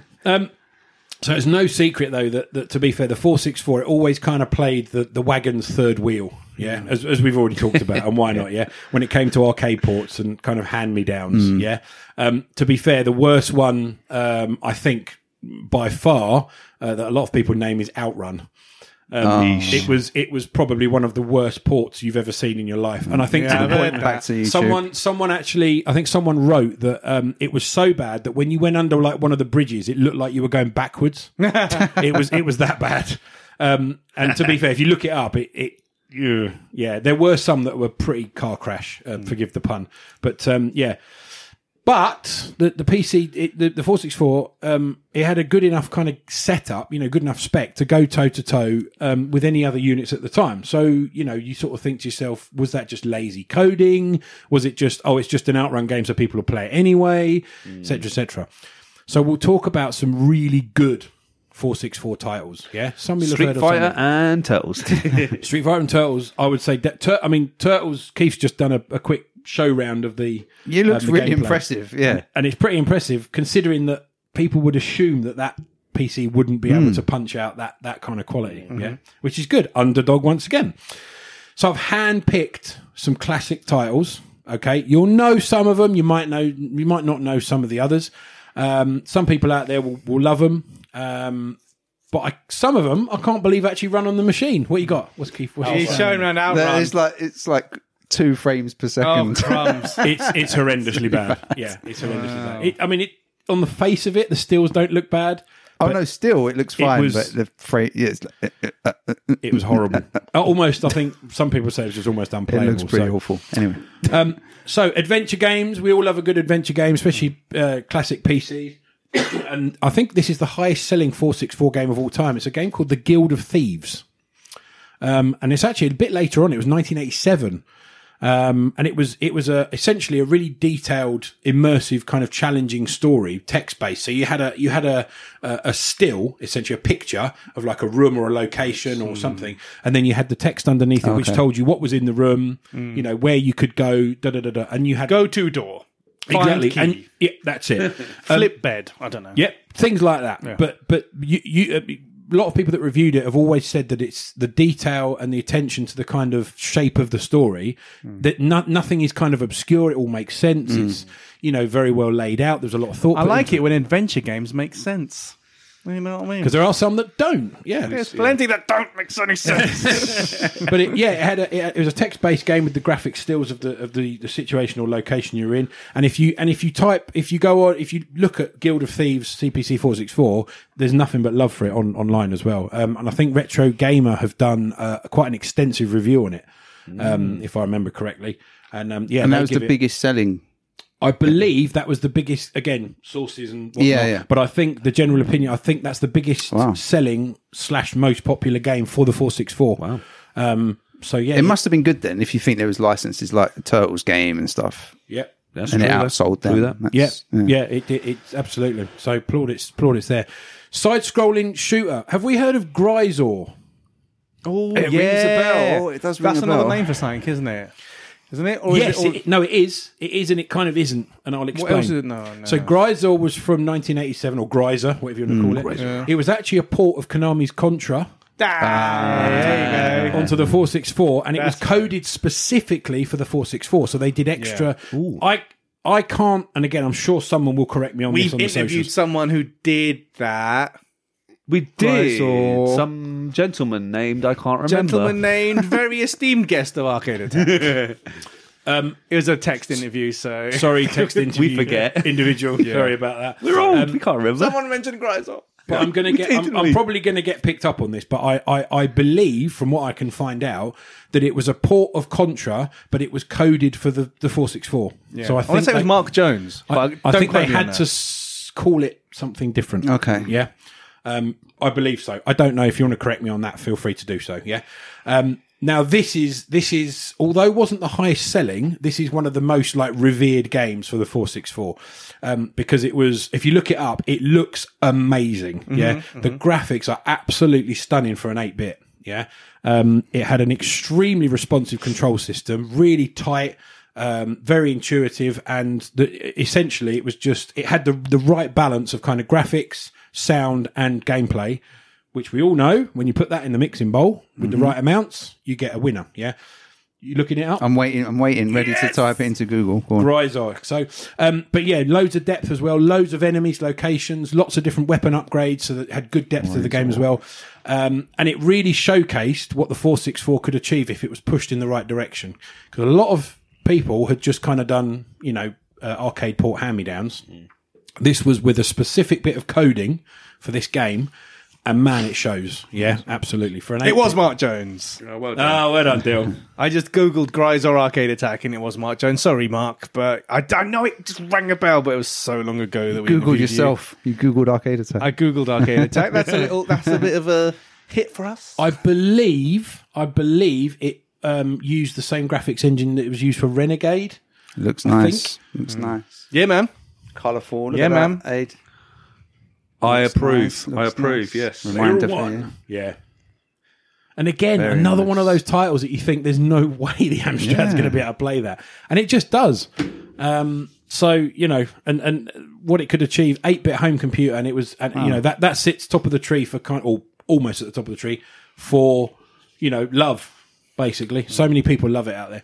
So it's no secret though that, that to be fair, the four six four it always kind of played the, the wagon's third wheel. Yeah, as, as we've already talked about, and why not? Yeah, when it came to arcade ports and kind of hand me downs. Yeah, um, to be fair, the worst one um, I think by far uh, that a lot of people name is Outrun. Um, it was it was probably one of the worst ports you've ever seen in your life, and I think Yeah, to I've the heard point that. back to YouTube. Someone, someone actually, I think someone wrote that um, it was so bad that when you went under like one of the bridges, it looked like you were going backwards. it was, it was that bad. Um, and to be fair, if you look it up, it, it yeah, yeah, there were some that were pretty car crash. Uh, Forgive the pun, but um, yeah. But the, the PC, it, the, the 464, um, it had a good enough kind of setup, you know, good enough spec to go toe to toe um, with any other units at the time. So, you know, you sort of think to yourself, was that just lazy coding? Was it just, oh, it's just an outrun game so people will play it anyway, et cetera, et cetera. So we'll talk about some really good 464 titles. Yeah. Some you'll have heard Street of, some you Fighter and Turtles. Street Fighter and Turtles, I would say. That tur- I mean, Turtles. Keith's just done a, a quick show round of the. you looked um, the really gameplay. impressive. Yeah, and it's pretty impressive considering that people would assume that that PC wouldn't be able to punch out that that kind of quality. Yeah, which is good. Underdog once again. So I've handpicked some classic titles. Okay, you'll know some of them. You might know. You might not know some of the others. Um, some people out there will, will love them. Um, but I, some of them I can't believe actually run on the machine. What you got? What's Keith? What's He's showing around Outrun. it's like it's like two frames per Oh, second. crumbs. it's it's horrendously bad. Yeah, it's horrendously bad. It, I mean, it on the face of it, the stills don't look bad. Oh no, still it looks fine, was- but the frame yeah, it's like- it, it- uh, it It was horrible. Uh, almost, I think some people say it was just almost unplayable. looks pretty so. awful. Anyway, So adventure games, we all love a good adventure game, especially uh, classic PC. and I think this is the highest selling 464 game of all time. It's a game called The Guild of Thieves. Um, and it's actually a bit later on. It was 1987. Um, and it was it was a essentially a really detailed, immersive kind of challenging story, text based. So you had a you had a, a a still, essentially a picture of like a room or a location Hmm. or something, and then you had the text underneath it, which told you what was in the room, you know where you could go, da da da da, and you had Hmm. Go to door. Find exactly, key. and yeah, that's it. Um, flip bed. I don't know. Yep, things like that. But but you, you uh, a lot of people that reviewed it have always said that it's the detail and the attention to the kind of shape of the story Hmm. that no, nothing is kind of obscure. It all makes sense. It's you know very well laid out. There's a lot of thought. I like it when adventure games make sense. You know what I mean? because there are some that don't. Yeah, there's plenty that don't make any sense. but it, yeah, it had a, it, it was a text-based game with the graphic stills of the of the, the situation or location you're in. And if you and if you type, if you go on, if you look at Guild of Thieves CPC four six four, there's nothing but love for it on online as well. Um, and I think Retro Gamer have done uh, quite an extensive review on it, um, if I remember correctly. And um, yeah, Mm. and they that was the give it- biggest selling. I believe that was the biggest again sources and whatnot, Yeah, yeah. But I think the general opinion, I think that's the biggest Wow. selling slash most popular game for the four six four. Wow. Um, So yeah, It must have been good then if you think there was licenses like the Turtles game and stuff, Yeah, That's and it true, though. outsold them. True that. yeah, That's- yeah. it, it, it's absolutely so. Plaudits, plaudits there. Side-scrolling shooter. Have we heard of Grisor? Oh, It rings a bell. It does ring That's a another bell. name for something, isn't it? Isn't it? Or yes, is it, or- it- no, it is. It is, and it kind of isn't. And I'll explain. else is it? No, no. So Grisor was from 1987, or Grisor, whatever you want to call it. It was actually a port of Konami's Contra Ah, there you go. onto the 464, and it was coded specifically for the 464. So they did extra. I I can't, and again, I'm sure someone will correct me on We've this on the interviewed socials. someone who did that. We did. Grisor. Some gentleman named, I can't remember. Gentleman named, very esteemed guest of Arcade Attack. um, it was a text interview, so Sorry, text interview. forget. individual. Sorry about that. We're old. we can't remember. someone mentioned Grisel. But I'm gonna We get. did, I'm, didn't I'm we? probably gonna get picked up on this, but I, I I believe from what I can find out that it was a port of Contra, but it was coded for the the 464. So I I think want to say it was they- Mark Jones. I, but I don't think quote they me on had that. to s- call it something different. Okay. Yeah. Um, I believe so. I don't know if you want to correct me on that. Feel free to do so. Yeah. Um, now this is this is although it wasn't the highest selling, this is one of the most like revered games for the four six four, um, because it was. If you look it up, it looks amazing. Mm-hmm, yeah, the graphics are absolutely stunning for an eight bit. Yeah, um, it had an extremely responsive control system, really tight, um, very intuitive, and the, essentially it was just it had the the right balance of kind of graphics, sound, and gameplay, which we all know when you put that in the mixing bowl with the right amounts, you get a winner. Yeah, you looking it up? I'm waiting. I'm waiting, ready to type it into Google. Go on. Grisor. So, um, but yeah, loads of depth as well, loads of enemies, locations, lots of different weapon upgrades, so that it had good depth to the game as well. Um, and it really showcased what the 464 could achieve if it was pushed in the right direction. Because a lot of people had just kind of done, you know, uh, arcade port hand me downs. This was with a specific bit of coding for this game. And man, it shows. Yeah, absolutely. For an It eight- was Mark Jones. Oh, well done. Ah, well done, Dill. I just googled Grisor Arcade Attack and it was Mark Jones. Sorry, Mark, but I, I know it just rang a bell, but it was so long ago that we Google interviewed you. yourself. You. googled Arcade Attack. I googled Arcade Attack. That's a little. That's a bit of a hit for us. I believe, I believe it um, used the same graphics engine that was used for Renegade. Looks nice. Looks nice. Yeah, man. Mm. Colourful. Yeah, ma'am. Aid. I approve. nice, I looks approve, nice. yes. Reminder for one. you. Yeah. And again, Very another one nice. of those titles that you think there's no way the Amstrad's Yeah. going to be able to play that, and it just does. Um, so you know, and and what it could achieve, eight bit home computer, and it was, and you know that that sits top of the tree for kind, or almost at the top of the tree for you know love, basically. So many people love it out there.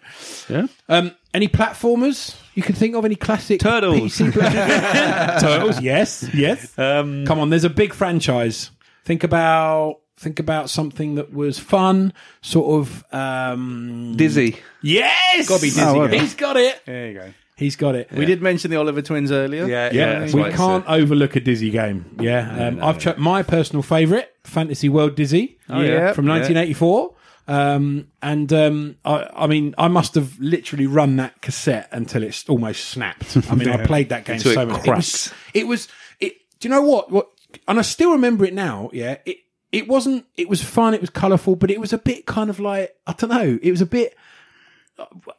Yeah. Um, any platformers you can think of? Any classic Turtles. PC pla- Turtles. Yes. Yes. Um, Come on, there's a big franchise. Think about think about something that was fun, sort of. Um, Dizzy. yes, Oh, gotta be Dizzy, well yeah. He's got it. There you go. He's got it. We did mention the Oliver Twins earlier. Yeah, that's we right, can't so- overlook a Dizzy game. Yeah, um, I've checked my personal favourite, Fantasy World Dizzy, Oh, yeah. from 1984. Um, and um, I, I mean, I must have literally run that cassette until it's almost snapped. I mean, I played that game Until so it much. cracks. It was. It. Do you know what? What? And I still remember it now. Yeah. It. It wasn't. It was fun. It was colourful, but it was a bit kind of like I don't know. It was a bit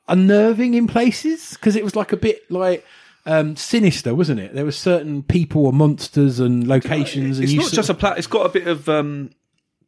unnerving in places because it was like a bit like um, sinister, wasn't it? There were certain people or monsters and locations. and It's you not sort just a of- plat. It's got a bit of um,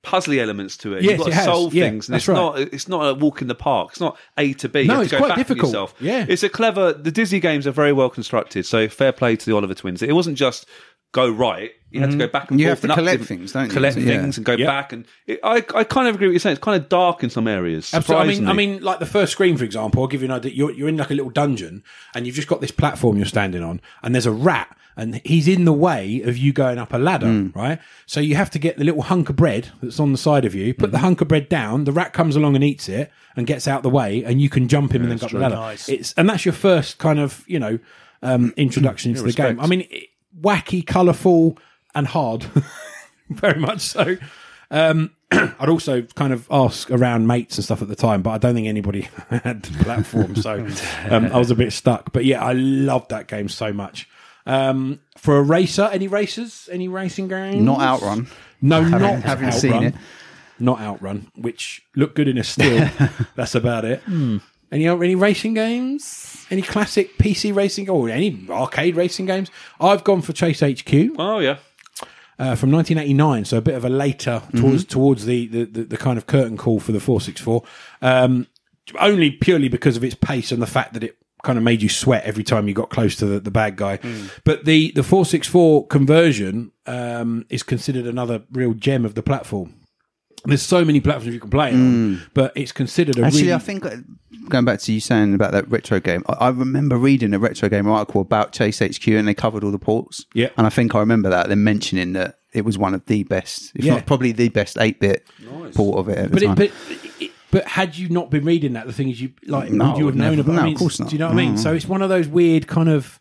puzzly elements to it. Yes, You've got it to has. solve Yeah, things. And that's it's not. It's not a walk in the park. It's not A to B. You No, have to it's go quite back with difficult. yourself. Yeah. it's a clever. The Disney games are very well constructed. So fair play to the Oliver Twins. It wasn't just go right. You had to go back and You forth have to and up collect different- things, don't you? Collect Yeah. things and go Mm-hmm. Yep. back. And it, I, I kind of agree with you saying. It's kind of dark in some areas. Absolutely. I mean, I surprisingly. mean, like the first screen, for example, I'll give you an idea. You're, you're in like a little dungeon and you've just got this platform you're standing on and there's a rat and he's in the way of you going up a ladder, right? So you have to get the little hunk of bread that's on the side of you, put the hunk of bread down, the rat comes along and eats it and gets out the way and you can jump him and then go up the ladder. It's, and that's your first kind of, you know, um, introduction into the game. I mean, it, wacky, colourful and hard. Very much so. I'd also kind of ask around mates and stuff at the time, but I don't think anybody had the platform, so um, I was a bit stuck. But yeah, I loved that game so much. Um, for a racer, any racers, any racing games? Not Outrun. No, Haven't- not haven't Outrun. seen it. not Outrun, which look good in a still. That's about it. Any any racing games? Any classic PC racing or any arcade racing games? I've gone for Chase HQ Oh yeah. uh, from 1989, so a bit of a later Mm-hmm. towards towards the, the, the, the kind of curtain call for the 464. Um, only purely because of its pace and the fact that it kind of made you sweat every time you got close to the, the bad guy. Mm. But the the 464 conversion um, is considered another real gem of the platform. There's so many platforms you can play it on, but it's considered a Mm. Actually, really I think uh, going back to you saying about that retro game, I, I remember reading a retro game article about Chase HQ, and they covered all the ports. Yeah. and I think I remember that them mentioning that it was one of the best, if Yeah. not probably the best eight bit port of it at the but time. it, but it, but had you not been reading that, the thing is you like No, would you have known never- about. no, I of mean, course not. Mm. Do you know what I mean? So it's one of those weird kind of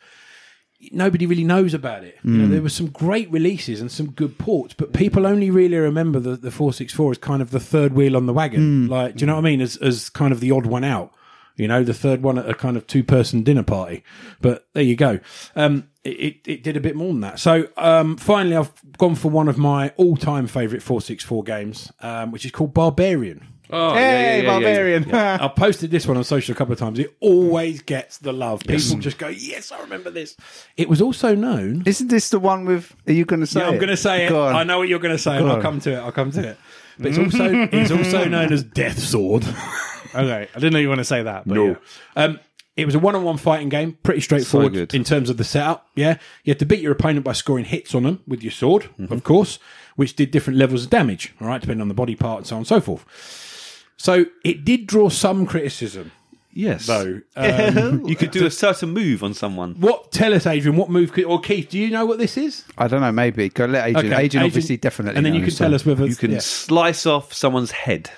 nobody really knows about it. You know, Mm. there were some great releases and some good ports, but people only really remember the the four six four as kind of the third wheel on the wagon. Mm. Like, do you know what I mean? As as kind of the odd one out. You know, the third one at a kind of two person dinner party. But there you go. Um, it, it, it did a bit more than that. So um, finally, I've gone for one of my all time favourite 464 games, um, which is called Barbarian. Oh, Hey, barbarian! I posted this one on social a couple of times. It always gets the love. People just go, "Yes, I remember this." It was also known. Isn't this the one with? Are you going to say? Yeah, I'm going to say it. Go on. I know what you're going to say, and I'll on. come to it. I'll come to it. But it's also it's also known as Death Sword. Okay, I didn't know you want to say that. But yeah. Um, it was a one-on-one fighting game, pretty straightforward good. in terms of the setup. Yeah, you had to beat your opponent by scoring hits on them with your sword, Mm-hmm. of course, which did different levels of damage. All right, depending on the body part and so on and so forth. So it did draw some criticism, Yes. though. Um, You could do a certain move on someone. What tell us, Adrian? What move could or Keith? Do you know what this is? I don't know. Maybe go let Adrian. Adrian, obviously definitely. And then you knows, can tell so. us whether You can yeah. slice off someone's head.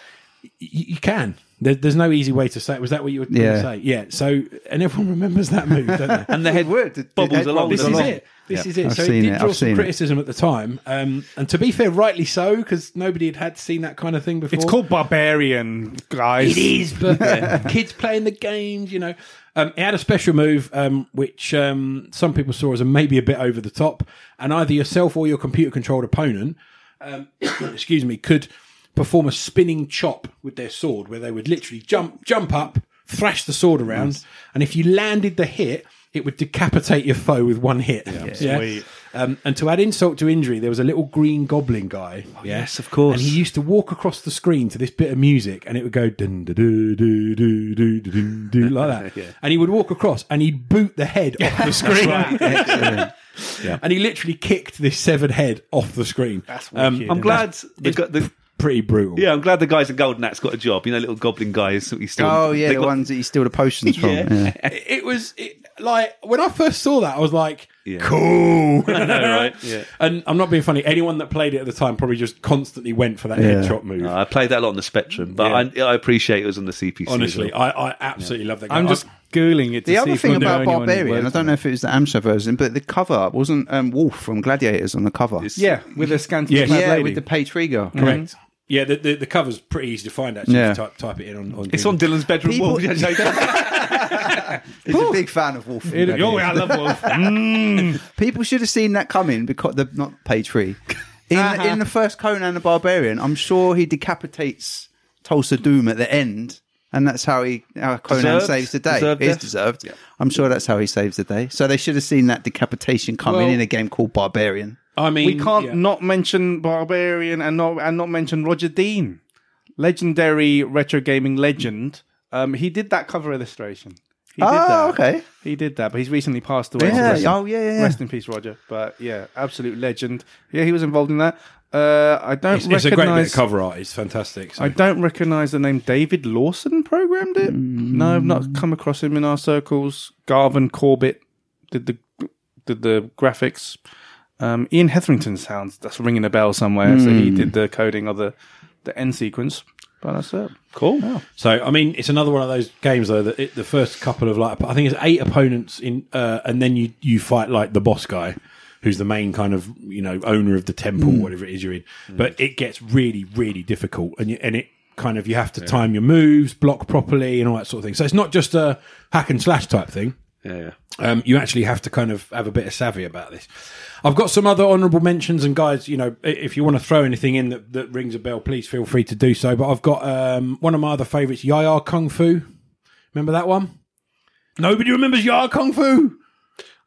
you, you can. There, there's no easy way to say. it. Was that what you were going to Yeah. say? Yeah. So and everyone remembers that move, don't they? And the head would. It- bubbles it- along. this the is line. it. This Yeah. is it. I've so it seen did it, draw I've some seen it. criticism at the time, um, and to be fair, rightly so, because nobody had, had seen that kind of thing before. It's called barbarian, guys. It is, but uh, kids playing the games, you know. Um, it had a special move, um, which um, some people saw as a maybe a bit over the top, and either yourself or your computer controlled opponent, um, excuse me, could perform a spinning chop with their sword, where they would literally jump, jump up, thrash the sword around, and if you landed the hit, it would decapitate your foe with one hit. Yeah, sweet. Um, and to add insult to injury, there was a little green goblin guy. yes, of course. And he used to walk across the screen to this bit of music, and it would go dun dun dun dun dun dun dun dun like that. And he would walk across, and he'd boot the head off the screen. And he literally kicked this severed head off the screen. Um, That's I'm glad the, gu- the pretty brutal. yeah, I'm glad the guys at Golden Axe got a job. You know, little goblin guys. that we still, Oh yeah, they the got- ones that you steal the potions from. Yeah. yeah. It it was it, like when I first saw that, I was like, Yeah. "Cool!" I know, right? Yeah. And I'm not being funny. Anyone that played it at the time probably just constantly went for that headshot move. No, I played that a lot on the Spectrum, but I, I appreciate it was on the CPC. as Honestly, well. I, I absolutely love that. Game. I'm just googling it. To The see other if thing I'm the about only one who Barbarian, I worked don't know if it was the Amstrad version, but the cover art wasn't um, Wolf from Gladiators on the cover. It's- Yeah, with a scanty Yes. clad yeah, lady. with the page girl. Correct. Yeah, the, the the cover's pretty easy to find actually. if you Yeah. type type it in on. on it's Google. on Dylan's bedroom People- wall. Yeah, no, He's a big fan of Wolf. from Gladiator. Oh, I love Wolf. People should have seen that coming because the not page three. In, in the first Conan the Barbarian, I'm sure he decapitates Tulsa Doom at the end, and that's how he how Conan Deserved? saves the day. Deserved it's death? deserved. I'm sure that's how he saves the day. So they should have seen that decapitation coming Well- in a game called Barbarian. I mean, we can't yeah. not mention Barbarian and not and not mention Roger Dean, legendary retro gaming legend. Um, he did that cover illustration. He did that. Oh, okay. He did that, but he's recently passed away. Yeah. Rest in- Oh, yeah, yeah, yeah. Rest in peace, Roger. But yeah, absolute legend. Yeah, he was involved in that. Uh, I don't It's, recognize. it's a great bit of cover art. It's fantastic. So. I don't recognize the name David Lawson programmed it. Mm. No, I've not come across him in our circles. Garvin Corbett did the did the graphics. Um, Ian Hetherington sounds that's ringing a bell somewhere. So he Mm. did the coding of the the end sequence. But that's it. cool. So I mean, it's another one of those games though that it, the first couple of like I think it's eight opponents in, uh, and then you you fight like the boss guy, who's the main kind of you know owner of the temple, Mm. whatever it is you're in. But it gets really really difficult, and you, and it kind of you have to time your moves, block properly, and all that sort of thing. So it's not just a hack and slash type thing. Yeah, yeah. um, you actually have to kind of have a bit of savvy about this. I've got some other honourable mentions, and guys, you know, i- if you want to throw anything in that, that rings a bell, please feel free to do so. But I've got um, one of my other favourites, Yaya Kung Fu. Remember that one? Nobody remembers Yaya Kung Fu.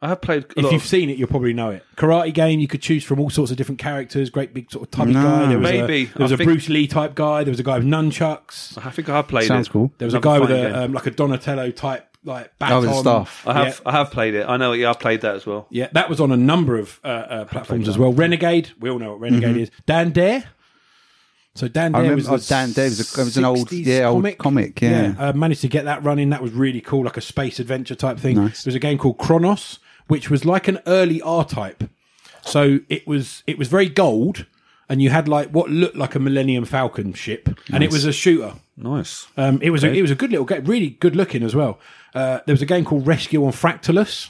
I have played. A If lot you've of- seen it, you'll probably know it. Karate game, you could choose from all sorts of different characters. Great big sort of tubby No. guy. There was Maybe. a, there was I a think- Bruce Lee type guy. There was a guy with nunchucks. I think I have played. Sounds it. cool. There was a Another guy with fine a game. um, like a Donatello type like Oh, baton. the staff. I have. Yeah. I have played it. I know. Yeah, I played that as well. Yeah, that was on a number of uh, uh, platforms as well. Renegade, we all know what Renegade is. Dan Dare. So Dan Dare Mm-hmm. I was remember the oh, Dan Dare was, a, was an old 60s yeah old comic. yeah. uh, managed to get that running. That was really cool, like a space adventure type thing. Nice. There was a game called Chronos, which was like an early R type. So it was it was very gold, and you had like what looked like a Millennium Falcon ship, and it was a shooter. Nice. Um, it was a, it was a good little game, really good looking as well. Uh, there was a game called Rescue on Fractalus.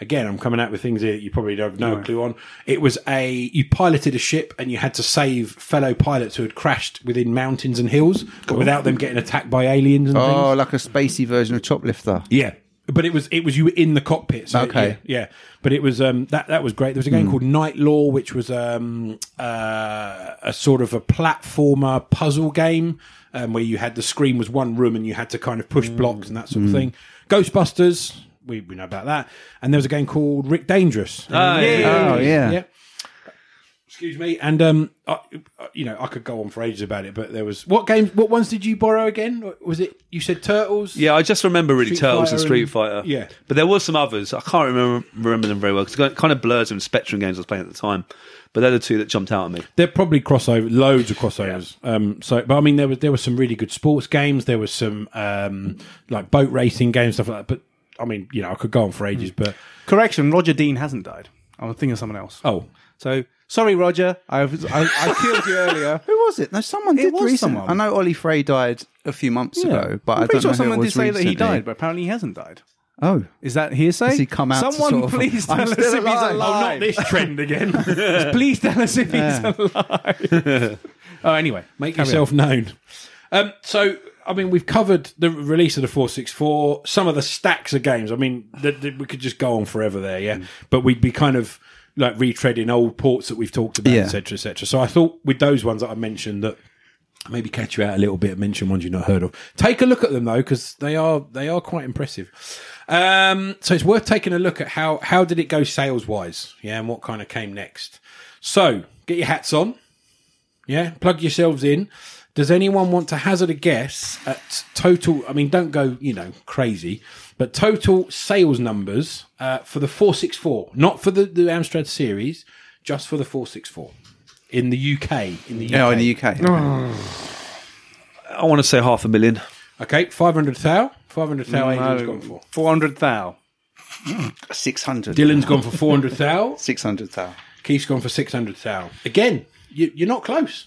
Again, I'm coming out with things here that you probably have no clue on. It was a you piloted a ship and you had to save fellow pilots who had crashed within mountains and hills, but without them getting attacked by aliens and things. Oh, like a spacey version of Choplifter. Yeah, but it was it was you were in the cockpit. So Okay. Hmm. yeah, yeah. but it was um, that that was great. There was a game called Night Law, which was um, uh, a sort of a platformer puzzle game um, where you had the screen was one room and you had to kind of Hmm. push blocks and that sort of thing. Ghostbusters, we, we know about that, and there was a game called Rick Dangerous. Oh yeah. Yeah. Excuse me, and um, I, I- you know I could go on for ages about it, but there was what games? What ones did you borrow again? Was it you said Turtles? Yeah, I just remember really Street Turtles and Fighter Street and- Fighter. yeah. but there were some others. I can't remember remember them very well because it kind of blurs with Spectrum games I was playing at the time. But they're the two that jumped out at me. They're probably crossover, loads of crossovers. Um, so, but I mean, there was there were some really good sports games. There was some um, like boat racing games, stuff like that. But I mean, you know, I could go on for ages. But Correction: Roger Dean hasn't died. I was thinking of someone else. oh, So sorry, Roger. I've, I I killed you earlier. Who was it? No, someone It did was recent. someone. I know Ollie Frey died a few months ago, but I'm I pretty sure don't know who it someone was did say that recently. he died, but apparently he hasn't died. Oh, Is that hearsay? Has he come out to Someone, sort of- please I'm tell us still if he's alive. alive. Oh, not this trend again. please tell us if he's alive. oh, anyway, make carry yourself known. Um, so, I mean, we've covered the release of the four six four, some of the stacks of games. I mean, th- th- we could just go on forever there, yeah. But we'd be kind of like retreading old ports that we've talked about, Yeah. etc., etc. So, I thought with those ones that I mentioned that maybe catch you out a little bit mention ones you've not heard of take a look at them though because they are they are quite impressive um, so it's worth taking a look at how how did it go sales wise yeah and what kind of came next so get your hats on yeah plug yourselves in does anyone want to hazard a guess at total i mean don't go you know crazy but total sales numbers uh, for the 464 not for the, the amstrad series just for the 464 in the uk in the uk yeah, oh, in the UK. I want to say half a million. Okay, 500 thou. 500 thou Adrian's No. gone for. Four hundred thou. Six hundred. Dylan's gone for 400 thou. Six hundred thousand. Keith's gone for 600 thou. Again, you, you're not close.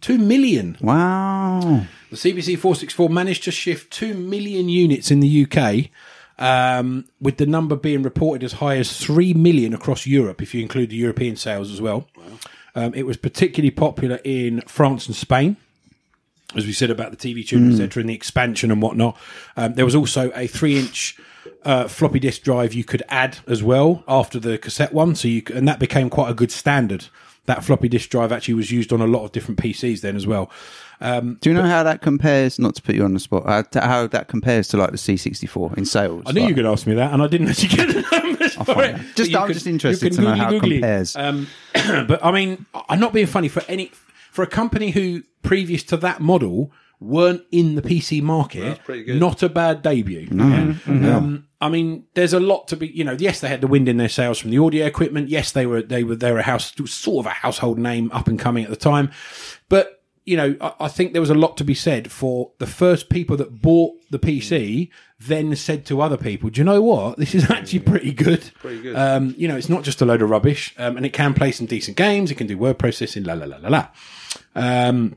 2 million. Wow. The CBC 464 managed to shift 2 million units in the UK, um, with the number being reported as high as 3 million across Europe, if you include the European sales as well. Um, it was particularly popular in France and Spain. as we said about the TV tune, etc., and the expansion and whatnot. Um, there was also a three-inch uh, floppy disk drive you could add as well after the cassette one, so you c- and that became quite a good standard. That floppy disk drive actually was used on a lot of different PCs then as well. Do you know how that compares? Not to put you on the spot, uh, to- how that compares to like the C64 in sales? I knew you were going to ask me that, and I didn't actually get the numbers for it. Oh, Just- But you I'm just interested you to know how it googly-googly. compares. Um, but I mean, I'm not being funny for any for a company who previous to that model weren't in the PC market. pretty good. Not a bad debut. Mm-hmm. Um, I mean, there's a lot to be. You know, yes, they had the wind in their sails from the audio equipment. Yes, they were they were they were a house sort of a household name up and coming at the time, but. You know, I, I think there was a lot to be said for the first people that bought the PC, then said to other people, "Do you know what? This is actually pretty good. Pretty good. Um, you know, it's not just a load of rubbish, um, and it can play some decent games. It can do word processing. La la la la la." Um,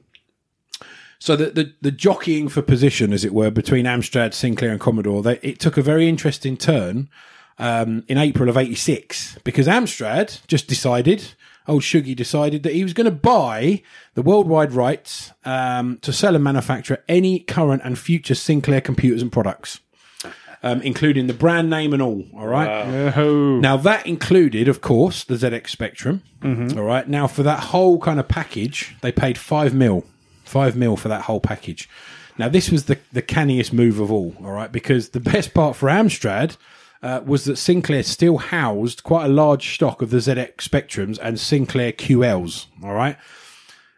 so the, the the jockeying for position, as it were, between Amstrad, Sinclair, and Commodore, they, it took a very interesting turn um, in April of '86 because Amstrad just decided, old Shuggy decided that he was going to buy the worldwide rights um, to sell and manufacture any current and future Sinclair computers and products. um, including the brand name and all. All right. Now that included, of course, the ZX Spectrum. all right. Now for that whole kind of package, they paid five mil, five mil for that whole package. Now this was the the canniest move of all. All right, because the best part for Amstrad. Uh, was that Sinclair still housed quite a large stock of the ZX Spectrums and Sinclair QLs? All right,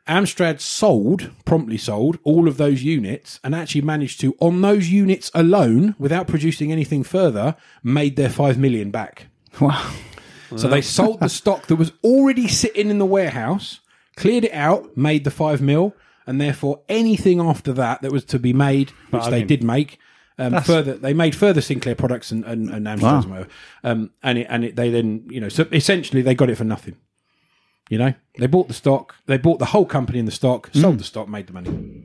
Amstrad sold, promptly sold, all of those units and actually managed to, on those units alone, without producing anything further, made their 5 million back. Wow. So they sold the stock that was already sitting in the warehouse, cleared it out, made the 5 mil, and therefore anything after that that was to be made, which they did make, um, further they made further Sinclair products and, and, and Amstrads Wow. and whatever. Um, and it, and it, they then, you know, so essentially they got it for nothing. You know, they bought the stock. They bought the whole company in the stock, Mm. sold the stock, made the money.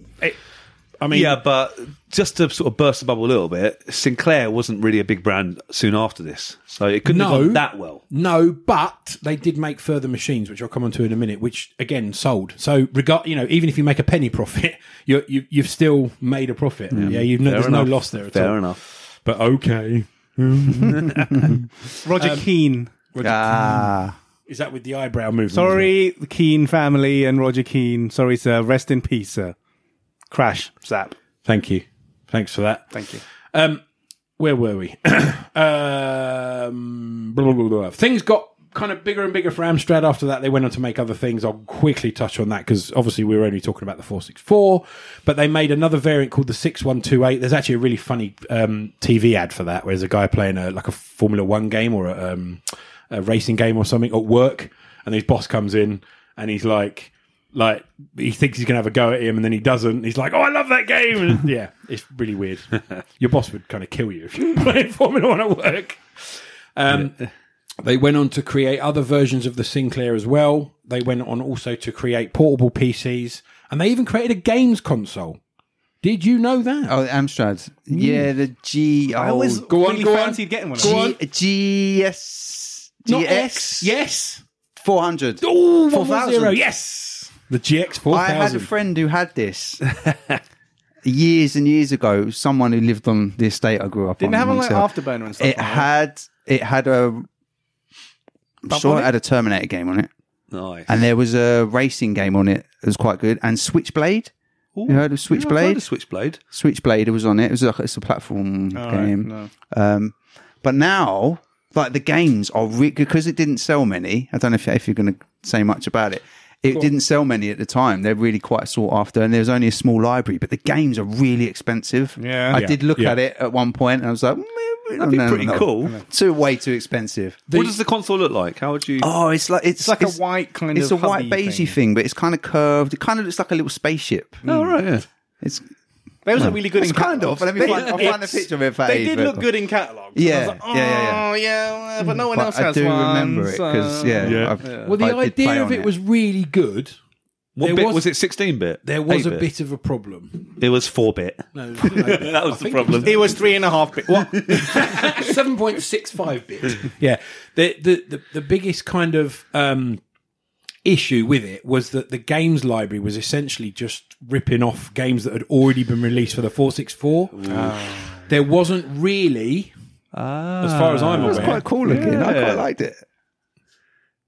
I mean, yeah, but just to sort of burst the bubble a little bit, Sinclair wasn't really a big brand soon after this, so it couldn't No. have gone that well. No, but they did make further machines, which I'll come on to in a minute, which again sold. So, regard you know, even if you make a penny profit, you're, you you've still made a profit. Yeah, you've no, Fair there's enough. no loss there at Fair all. enough. But okay, Um, Roger Keane. Ah. is that with the eyebrow movement? Sorry, the Keane family and Roger Keane. Sorry, sir. Rest in peace, sir. Crash. Zap. Thank you. Thanks for that. Thank you. Um, where were we? um, blah, blah, blah, blah. Things got kind of bigger and bigger for Amstrad after that. They went on to make other things. I'll quickly touch on that because obviously we were only talking about the 464, but they made another variant called the 6128. There's actually a really funny um, TV ad for that where there's a guy playing a, like a Formula One game or a, um, a racing game or something at work, and his boss comes in and he's like, like he thinks he's gonna have a go at him and then he doesn't. He's like, "Oh, I love that game!" And yeah, it's really weird. Your boss would kind of kill you if you were playing Formula One at work. Um, They went on to create other versions of the Sinclair as well. They went on also to create portable PCs, and they even created a games console. Did you know that? Oh, the Amstrads. Yeah, the G. Mm. I always oh, go on, really go on. fancied getting one. of Go those. on. G- GS. Not GX. Yes. 400. Oh, 4000. 110. Yes. The GX four I had a thousand. friend who had this years and years ago. Someone who lived on the estate I grew up Didn't on. have one in like Monkshill. Afterburner and stuff. like It that? had. It had a. I'm sure on it had a Terminator game on it, Nice. and there was a racing game on it. It was quite good, and Switchblade. you heard of Yeah, I've heard Switchblade? of Switchblade. Switchblade was on it. It was like it's a platform All right, game. no. Um, but now, like the games are re- because it didn't sell many. I don't know if, if you're going to say much about it. It didn't sell many at the time. They're really quite sought after, and there's only a small library. But the games are really expensive. Yeah. I Yeah, did look yeah. at it at one point, and I was like, mm, That'd be no, pretty no. cool. Too way too expensive. what does the console look like? How would you? Oh, it's like It's it's, like a white kind It's a of white hubby beigey thing. thing. but it's kind of curved. It kind of looks like a little spaceship. Hmm. oh, right, yeah. It's Those are really good It's in kind catalogs. of. Let me They- find- I'll find a picture of it for They you, did but- look good in catalogs. And I Yeah, was like, yeah, yeah, Hmm. Oh yeah, but no one but else I has do one. remember it because so- yeah, Yeah. I've- Well, the I did play idea of on it was really good. What There bit was- was, it? Sixteen bit. There was a 8-bit? bit of a problem. It was four bit. No, no, That was the problem. It was three and a half bit. What? seven point six five bit. Yeah, the, the the the biggest kind of um, issue with it was that the games library was essentially just ripping off games that had already been released for the four six four. There wasn't really, as far as I'm It was aware, quite cool looking. I Yeah. quite liked it.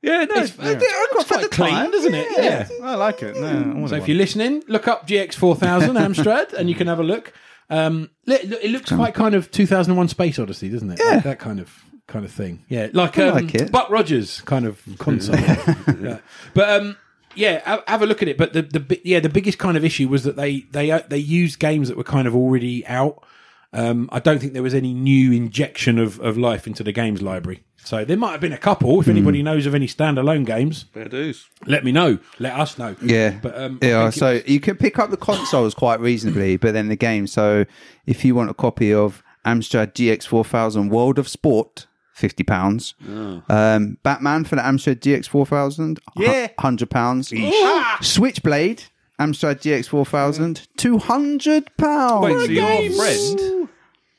yeah, no. it's, it's quite clean, doesn't it? yeah. I like it. No, I wanted So if one. you're listening, look up GX4000 Amstrad and you can have a look. Um, li- li- it looks quite kind of 2001 Space Odyssey, doesn't it? Yeah. that kind of kind of thing. Yeah, like, um, like it. Buck Rogers kind of console. Yeah. But um, yeah, have, have a look at it. But the, the bi- yeah, the biggest kind of issue was that they they uh, they used games that were kind of already out. Um, I don't think there was any new injection of, of life into the games library. So there might have been a couple. Hmm. If anybody knows of any standalone games, Fair dues. let me know. Let us know. Yeah, But um, I yeah. think it So you can pick up the consoles quite reasonably, but then the game. So if you want a copy of Amstrad GX Four Thousand World of Sport, fifty pounds. Um, Batman for the Amstrad GX Four Thousand, Yeah. hundred pounds. Switchblade Amstrad GX Four Thousand, two hundred Wait, so pounds. your friend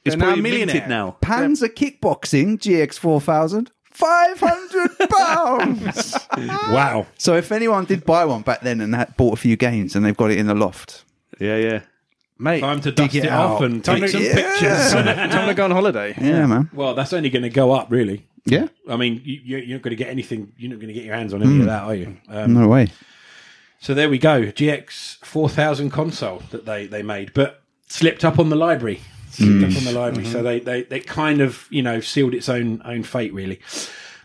is They're now probably millionaire. minted now. Panzer Kickboxing GX Four Thousand, five hundred pounds. Wow. So if anyone did buy one back then and had bought a few games and they've got it in the loft, Yeah, yeah. mate. Time to dig dust it, off out. and take some Yeah. pictures. Time to go on holiday. yeah, man. well, that's only going to go up, really. Yeah, I mean, you, you- you're not going to get anything. You're not going to get your hands on any of that, are you? Um, no way. So there we go. GX four thousand console that they they made, but slipped up on the library. Slipped up on the library. So they, they they kind of you know sealed its own own fate really.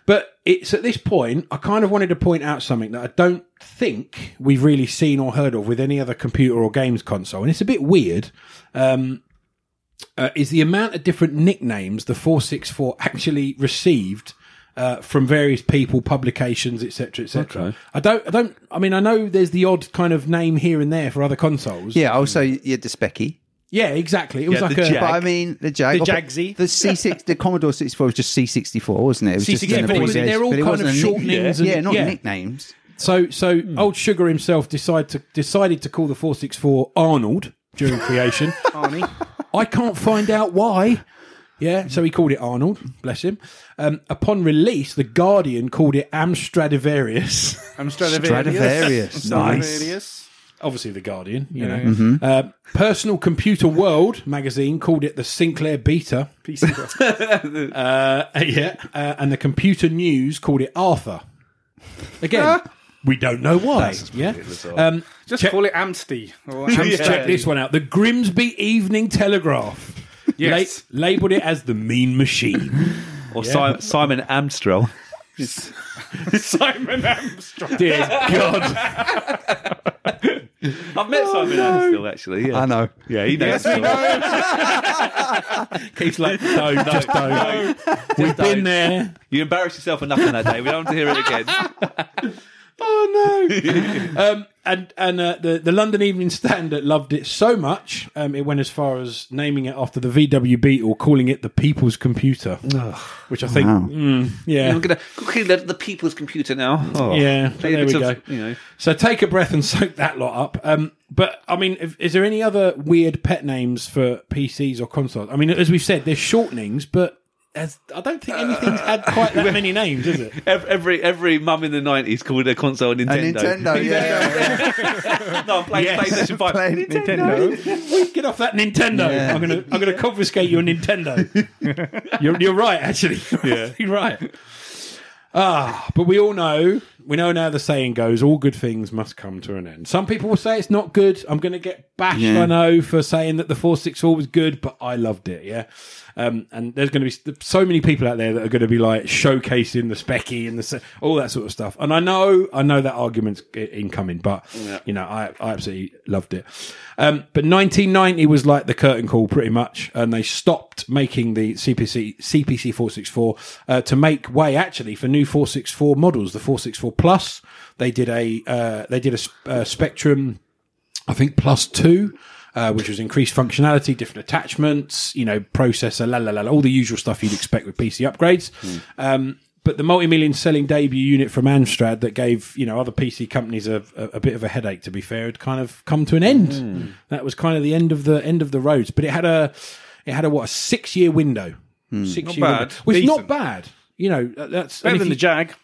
But it's at this point I kind of wanted to point out something that I don't think we've really seen or heard of with any other computer or games console, and it's a bit weird. Um, uh, is the amount of different nicknames the 464 actually received uh, from various people, publications, etc., etc. I don't, I don't. I mean, I know there's the odd kind of name here and there for other consoles. Yeah, also you had the Specky. yeah, exactly. It was Yeah, like the a Jag. But I mean, the Jag, The Jagsy. the C6, the Commodore 64 was just C64, wasn't it? it was just C64, an but it was- abbreviation, they're all but it kind wasn't of a shortenings nickname. and- yeah, not yeah. nicknames. So, so old Sugar himself decided to decided to call the 464 Arnold during creation. Arnie. I can't find out why. Yeah, so he called it Arnold. Bless him. Um, upon release, the Guardian called it Amstradivarius. I'm Stradivarius. Stradivarius. obviously the Guardian, you know. Uh, Personal Computer World magazine called it the Sinclair Beta. uh, yeah, uh, and the Computer News called it Arthur. Again, we don't know why. Yeah, um, Just Check- call it Amsty. Or let's check this one out. The Grimsby Evening Telegraph. Yes. La- labeled it as the Mean Machine. Or Simon, Simon Amstrel. Simon Amstrad. Dear God, I've met Simon Amstrel actually. Yeah. I know. Yeah, he knows. Keith's like, no, just don't. We've been there. You embarrassed yourself enough on that day. We don't want to hear it again. um, and and uh, the the London Evening Standard loved it so much, um, it went as far as naming it after the VW Beetle, calling it the People's Computer, which I think, Wow. mm, yeah, I'm going to quickly let the people's computer now. Oh. yeah. so there we It's a- go. You know, So take a breath and soak that lot up. Um, but I mean, if, is there any other weird pet names for PCs or consoles? I mean, as we've said, there's shortenings, but. As, I don't think anything's had quite that many names, is it? ev- every every mum in the nineties called their console A Nintendo. Nintendo, yeah. no, I'm playing PlayStation Five. Playing Nintendo. Get off that Nintendo! Yeah. I'm gonna, I'm gonna confiscate your Nintendo. you're, you're right, actually. Yeah, you're right. Ah, but we all know, we know now the saying goes: all good things must come to an end. Some people will say it's not good. I'm gonna get bashed, Yeah. I know, for saying that the four six four was good, but I loved it. Yeah, um, and there's gonna be s- so many people out there that are gonna be like showcasing the specky and the se- all that sort of stuff. And I know, I know that argument's i- incoming, but you know, I, I absolutely loved it. Um, but 1990 was like the curtain call, pretty much, and they stopped making the CPC CPC 464 uh, to make way actually for new 464 models. The 464 Plus, they did a uh, they did a sp- uh, Spectrum, I think Plus Two. Uh, which was increased functionality, different attachments, you know, processor, la la la, la all the usual stuff you'd expect with PC upgrades. Hmm. Um, but the multi-million selling debut unit from Amstrad that gave you know other PC companies a, a, a bit of a headache. To be fair, had kind of come to an end. Hmm. That was kind of the end of the end of the roads. But it had a it had a what a six year window, six year Hmm. bad. window, which is not Decent. bad. You know that- that's Better and if than you- the Jag.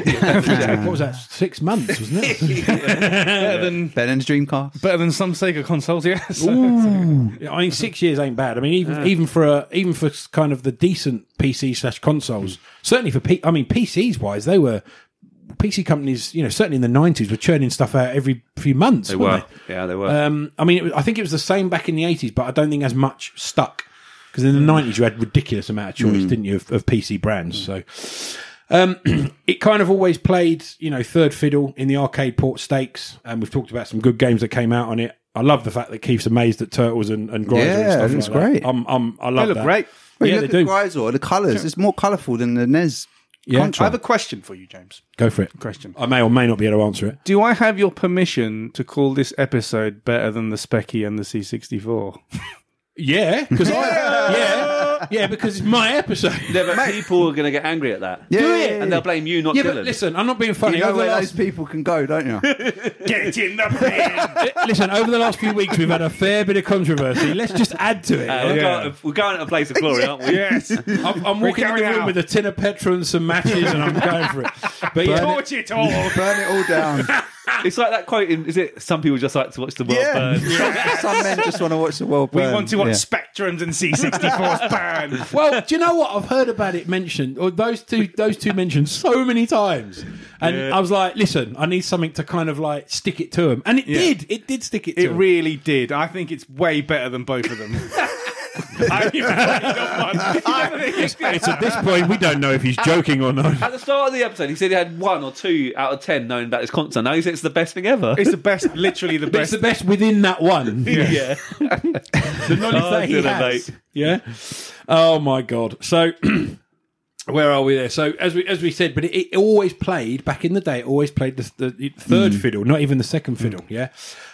What was that? Six months, wasn't it? Better than Ben and his Dreamcast. better than some Sega consoles. Yes. Yeah, I mean, six years ain't bad. I mean, even even for a, even for s- kind of the decent PC slash consoles, certainly for P- I mean PCs wise, they were PC companies. You know, certainly in the nineties, were churning stuff out every few months. They weren't were. They? Yeah, they were. Um, I mean, it was, I think it was the same back in the eighties, but I don't think as much stuck because in the nineties you had ridiculous amount of choice, didn't you, of, of PC brands? So. Um, it kind of always played, you know, third fiddle in the arcade port stakes, and we've talked about some good games that came out on it. I love the fact that Keith's amazed at Turtles and, and Gryzer Yeah, and stuff it looks like that. great. I'm, I'm, I love look that. great. Well, you yeah, they look do. at Grisor, the colours, it's more colourful than the E NES Yeah. I Contra. have a question for you, James. Go for it. Question. I may or may not be able to answer it. Do I have your permission to call this episode better than the Specky and the C64? Yeah, because I, yeah, yeah, because it's my episode. yeah, but people are going to get angry at that. yeah, do it. yeah, And they'll blame you, not Yeah, Dylan. but listen, I'm not being funny. You know Over the where last those people can go, don't you? Get in the pan! Listen, over the last few weeks, we've had a fair bit of controversy. Let's just add to it. Uh, we're, Yeah. going, we're going to a place of glory, aren't we? yes! I'm, I'm walking in the going room out. with a tin of petrol and some matches, and I'm going for it. But yeah, Torch it all! Burn it all down. It's like that quote in, is it? Some people just like to watch the world burn. Some men just want to watch the world burn. We want to watch Yeah. Spectrums and C64s burn. Well, do you know what? I've heard about it mentioned, or those two, those two mentioned so many times, and I was like, "Listen, I need something to kind of like stick it to them," and it did. It did stick it. to It 'em. really did. I think it's way better than both of them. I even got one. It's at this point we don't know if he's joking or not. At the start of the episode, he said he had one or two out of ten known about his concert. Now he says it's the best thing ever. It's the best, literally the It's best. the best within that one. yeah. the knowledge Oh, that he dear, has. mate. Yeah. Oh my god. So where are we there? So as we as we said, but it, it always played back in the day. It always played the, the third fiddle, not even the second fiddle. Yeah.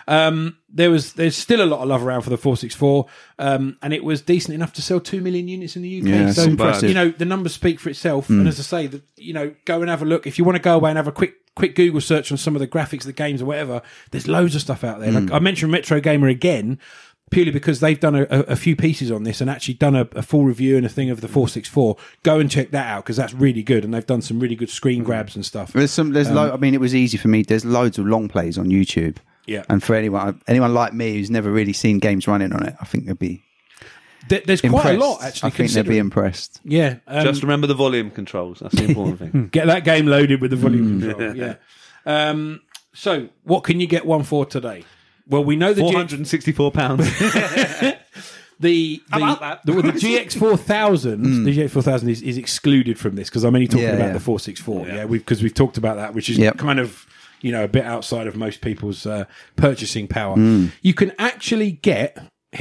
Um, there was there's still a lot of love around for the four six four, um, and it was decent enough to sell two million units in the UK. Yeah, it's so impressive. you know the numbers speak for itself. Hmm. And as I say, that you know go and have a look if you want to go away and have a quick. Quick Google search on some of the graphics, the games, or whatever. There's loads of stuff out there. Hmm. Like I mentioned Retro Gamer again, purely because they've done a, a, a few pieces on this and actually done a, a full review and a thing of the 464 go and check that out because that's really good and they've done some really good Hmm. screen grabs and stuff There's some. There's lo- I mean, it was easy for me. There's loads of long plays on YouTube. Yeah. And for anyone, anyone like me who's never really seen games running on it, I think they'd be There- there's impressed. quite a lot actually I think they'd be considering. impressed. yeah um, Just remember the volume controls. That's the important thing. get that game loaded with the volume Hmm. control yeah um, so what can you get one for today well we know the Four GX, hundred and sixty-four pounds. the the, about that? the, well, the GX4000 the GX4000 is, is excluded from this because I'm only talking Hmm. Yeah, about yeah. the 464 yeah because we've, 'cause we've talked about that which is Yep. kind of you know a bit outside of most people's uh, purchasing power Hmm. you can actually get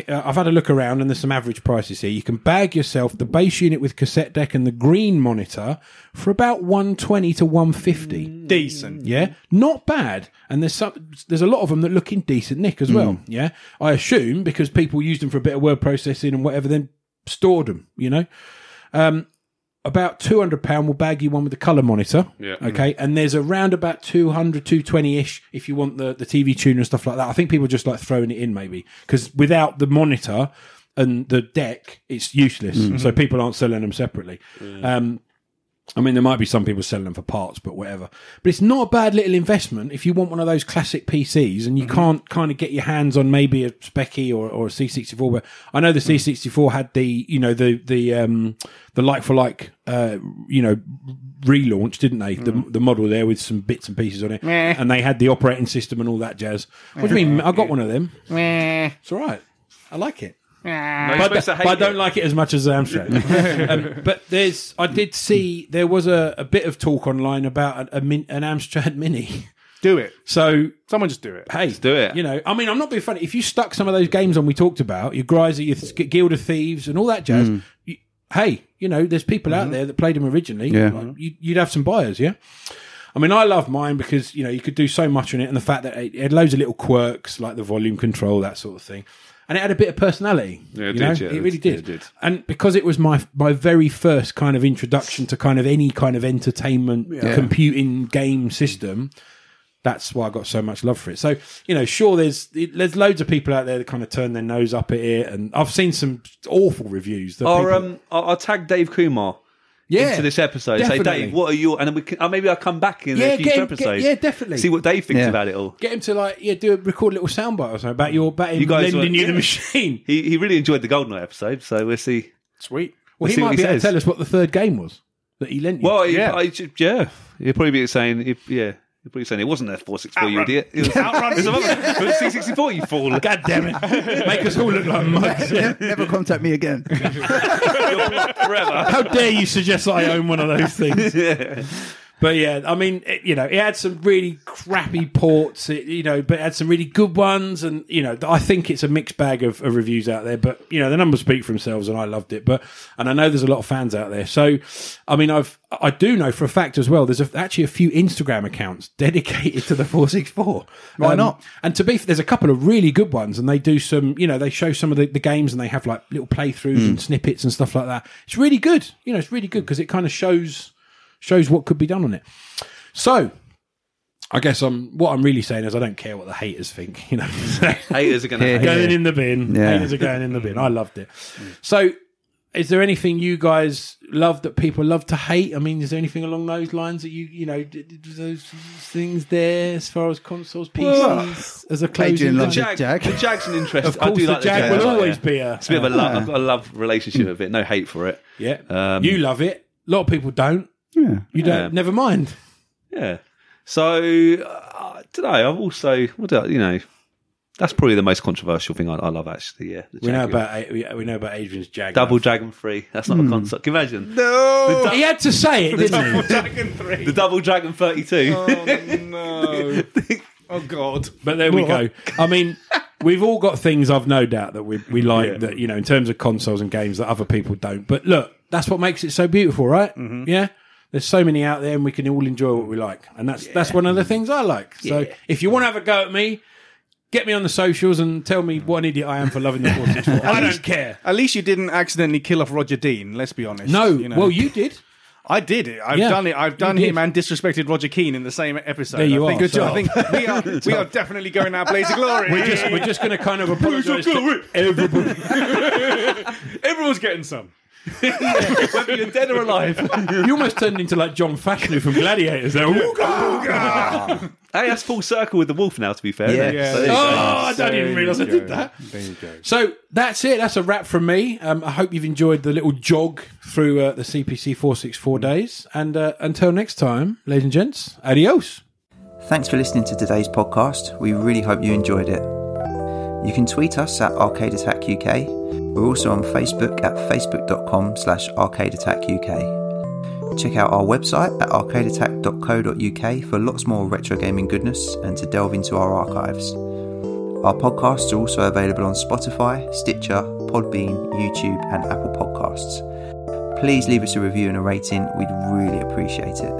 uh, I've had a look around and there's some average prices here. You can bag yourself the base unit with cassette deck and the green monitor for about 120 to 150. Hmm. Decent. Yeah, not bad. And there's some, there's a lot of them that look in decent nick as well. Yeah, I assume because people used them for a bit of word processing and whatever, then stored them. You know, um, about two hundred pound will bag you one with the color monitor. Yeah. Okay, and there's around about 200, 220 ish if you want the the TV tuner and stuff like that. I think people are just like throwing it in maybe because without the monitor. And the deck, it's useless. So people aren't selling them separately. Um, I mean, there might be some people selling them for parts, but whatever. But it's not a bad little investment if you want one of those classic PCs and you can't kind of get your hands on maybe a Speccy or, or a C64. But I know the C64 had the you know the the um, the like for like uh, you know relaunch, didn't they? The, the model there with some bits and pieces on it, and they had the operating system and all that jazz. What do you mean? I got one of them. It's all right. I like it but, I don't- but I don't like it as much as Amstrad. um, but there's, I did see there was a, a bit of talk online about a, a min, an Amstrad Mini. Do it. So Someone just do it. hey, do it. You know, I mean, I'm not being funny. If you stuck some of those games on we talked about, your Gryza, your Th- Guild of Thieves, and all that jazz, Mm. you, hey, you know, there's people Mm-hmm. out there that played them originally. Yeah. Like, you, you'd have some buyers, yeah. I mean, I love mine because you know you could do so much on it, and the fact that it it had loads of little quirks like the volume control, that sort of thing, and it had a bit of personality. Yeah, it you did, know? yeah, it really it- yeah, did. it did. And because it was my my very first kind of introduction to kind of any kind of entertainment computing game system, that's why I got so much love for it. So you know, sure, there's there's loads of people out there that kind of turn their nose up at it, and I've seen some awful reviews. that Or people- um, I'll, I'll tag Dave Kumar yeah, to this episode. Say, definitely. Dave, what are your? And then we can, uh, maybe I'll come back in Yeah, a future get him- get- episode. yeah, definitely. See what Dave thinks Yeah. about it all. Get him to like yeah, do a record a little soundbite or something about your about him You guys lending were- you the yeah. machine. He he really enjoyed the Goldeneye episode, so we'll see. Sweet. Well, he see what might he be able to says. tell us what the third game was that he lent you. Well, yeah, Yeah. I, yeah, you'd probably be saying, if, yeah, you'd probably saying it wasn't a four six four, you Outrun. idiot. It was outrun. it was six sixty four, you fool. God damn it! Make us all look like mugs. Never contact me again. Forever. How dare you suggest that I own one of those things? Yeah. But yeah, I mean, it, you know, it had some really crappy ports, it, you know, but it had some really good ones, and you know, I think it's a mixed bag of, of reviews out there. But you know, the numbers speak for themselves, and I loved it. But and I know there's a lot of fans out there. So, I mean, I've I do know for a fact as well. There's a, actually a few Instagram accounts dedicated to the 464. Why not? Um, And to be, f- there's a couple of really good ones, and they do some, you know, they show some of the, the games, and they have like little playthroughs and snippets and stuff like that. It's really good. You know, it's really good because it kind of shows shows what could be done on it. So, I guess I'm what I'm really saying is I don't care what the haters think. You know, Haters are going to Yeah. hate. going in the bin. Yeah. Haters are going in the bin. I loved it. So is there anything you guys love that people love to hate? I mean, is there anything along those lines that you you know d- d- d- those things there as far as consoles, PCs, as a closing? Adrian loves line? it. Jag. The Jag's an interesting. Of course, I do the like Jag the Jag. will a lot, always yeah. be a. It's a bit of a love. I've got a love relationship with it. No hate for it. yeah, Um, you love it. A lot of people don't. Yeah. You don't. Yeah. Never mind. Yeah. So uh, today I've also, what do I, you know, that's probably the most controversial thing I, I love actually. Yeah, the We know Jaguar. about Hmm. A- we- we know about Adrian's Jag. double dragon three. That's not a concept. Can you imagine No. He had to say it, didn't he? Dragon Three. the double dragon thirty two. no. oh God. But there we go. I mean, we've all got things I've no doubt that we, we like Yeah. that, you know, in terms of consoles and games that other people don't. But look, that's what makes it so beautiful, right? Yeah. There's so many out there and we can all enjoy what we like. And that's that's one of the things I like. So if you want to have a go at me, get me on the socials and tell me what an idiot I am for loving the 464. I don't care. At least you didn't accidentally kill off Roger Dean. Let's be honest. No, You know. well, you did. I did it. I've Yeah, done it. I've you done did. him and disrespected Roger Keane in the same episode. There you I are. think, Good so job. I think we are, we are definitely going our blaze of glory. We're just, we're just going to kind of apologize to everybody. Everyone's getting some. Whether you're dead or alive. hey, You almost turned into like John Fashanu from Gladiators there. that's full circle with the wolf now. To be fair, Yeah. isn't it? Yeah. So there you go. Oh, I didn't even realise I did that. There you go. So that's it. That's a wrap from me. Um, I hope you've enjoyed the little jog through uh, the CPC 464 days. And uh, until next time, ladies and gents, adios. Thanks for listening to today's podcast. We really hope you enjoyed it. You can tweet us at Arcade Attack UK. We're also on Facebook at facebook.com slash Arcade Attack UK. Check out our website at arcadeattack.co.uk for lots more retro gaming goodness and to delve into our archives. Our podcasts are also available on Spotify, Stitcher, Podbean, YouTube, and Apple Podcasts. Please leave us a review and a rating, we'd really appreciate it.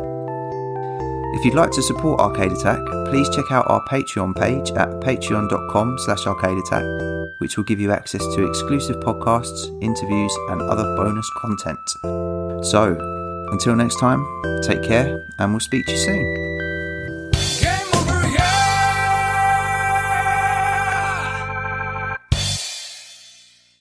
If you'd like to support Arcade Attack, please check out our Patreon page at patreon.com slash arcadeattack, which will give you access to exclusive podcasts, interviews and other bonus content. So, until next time, take care and we'll speak to you soon.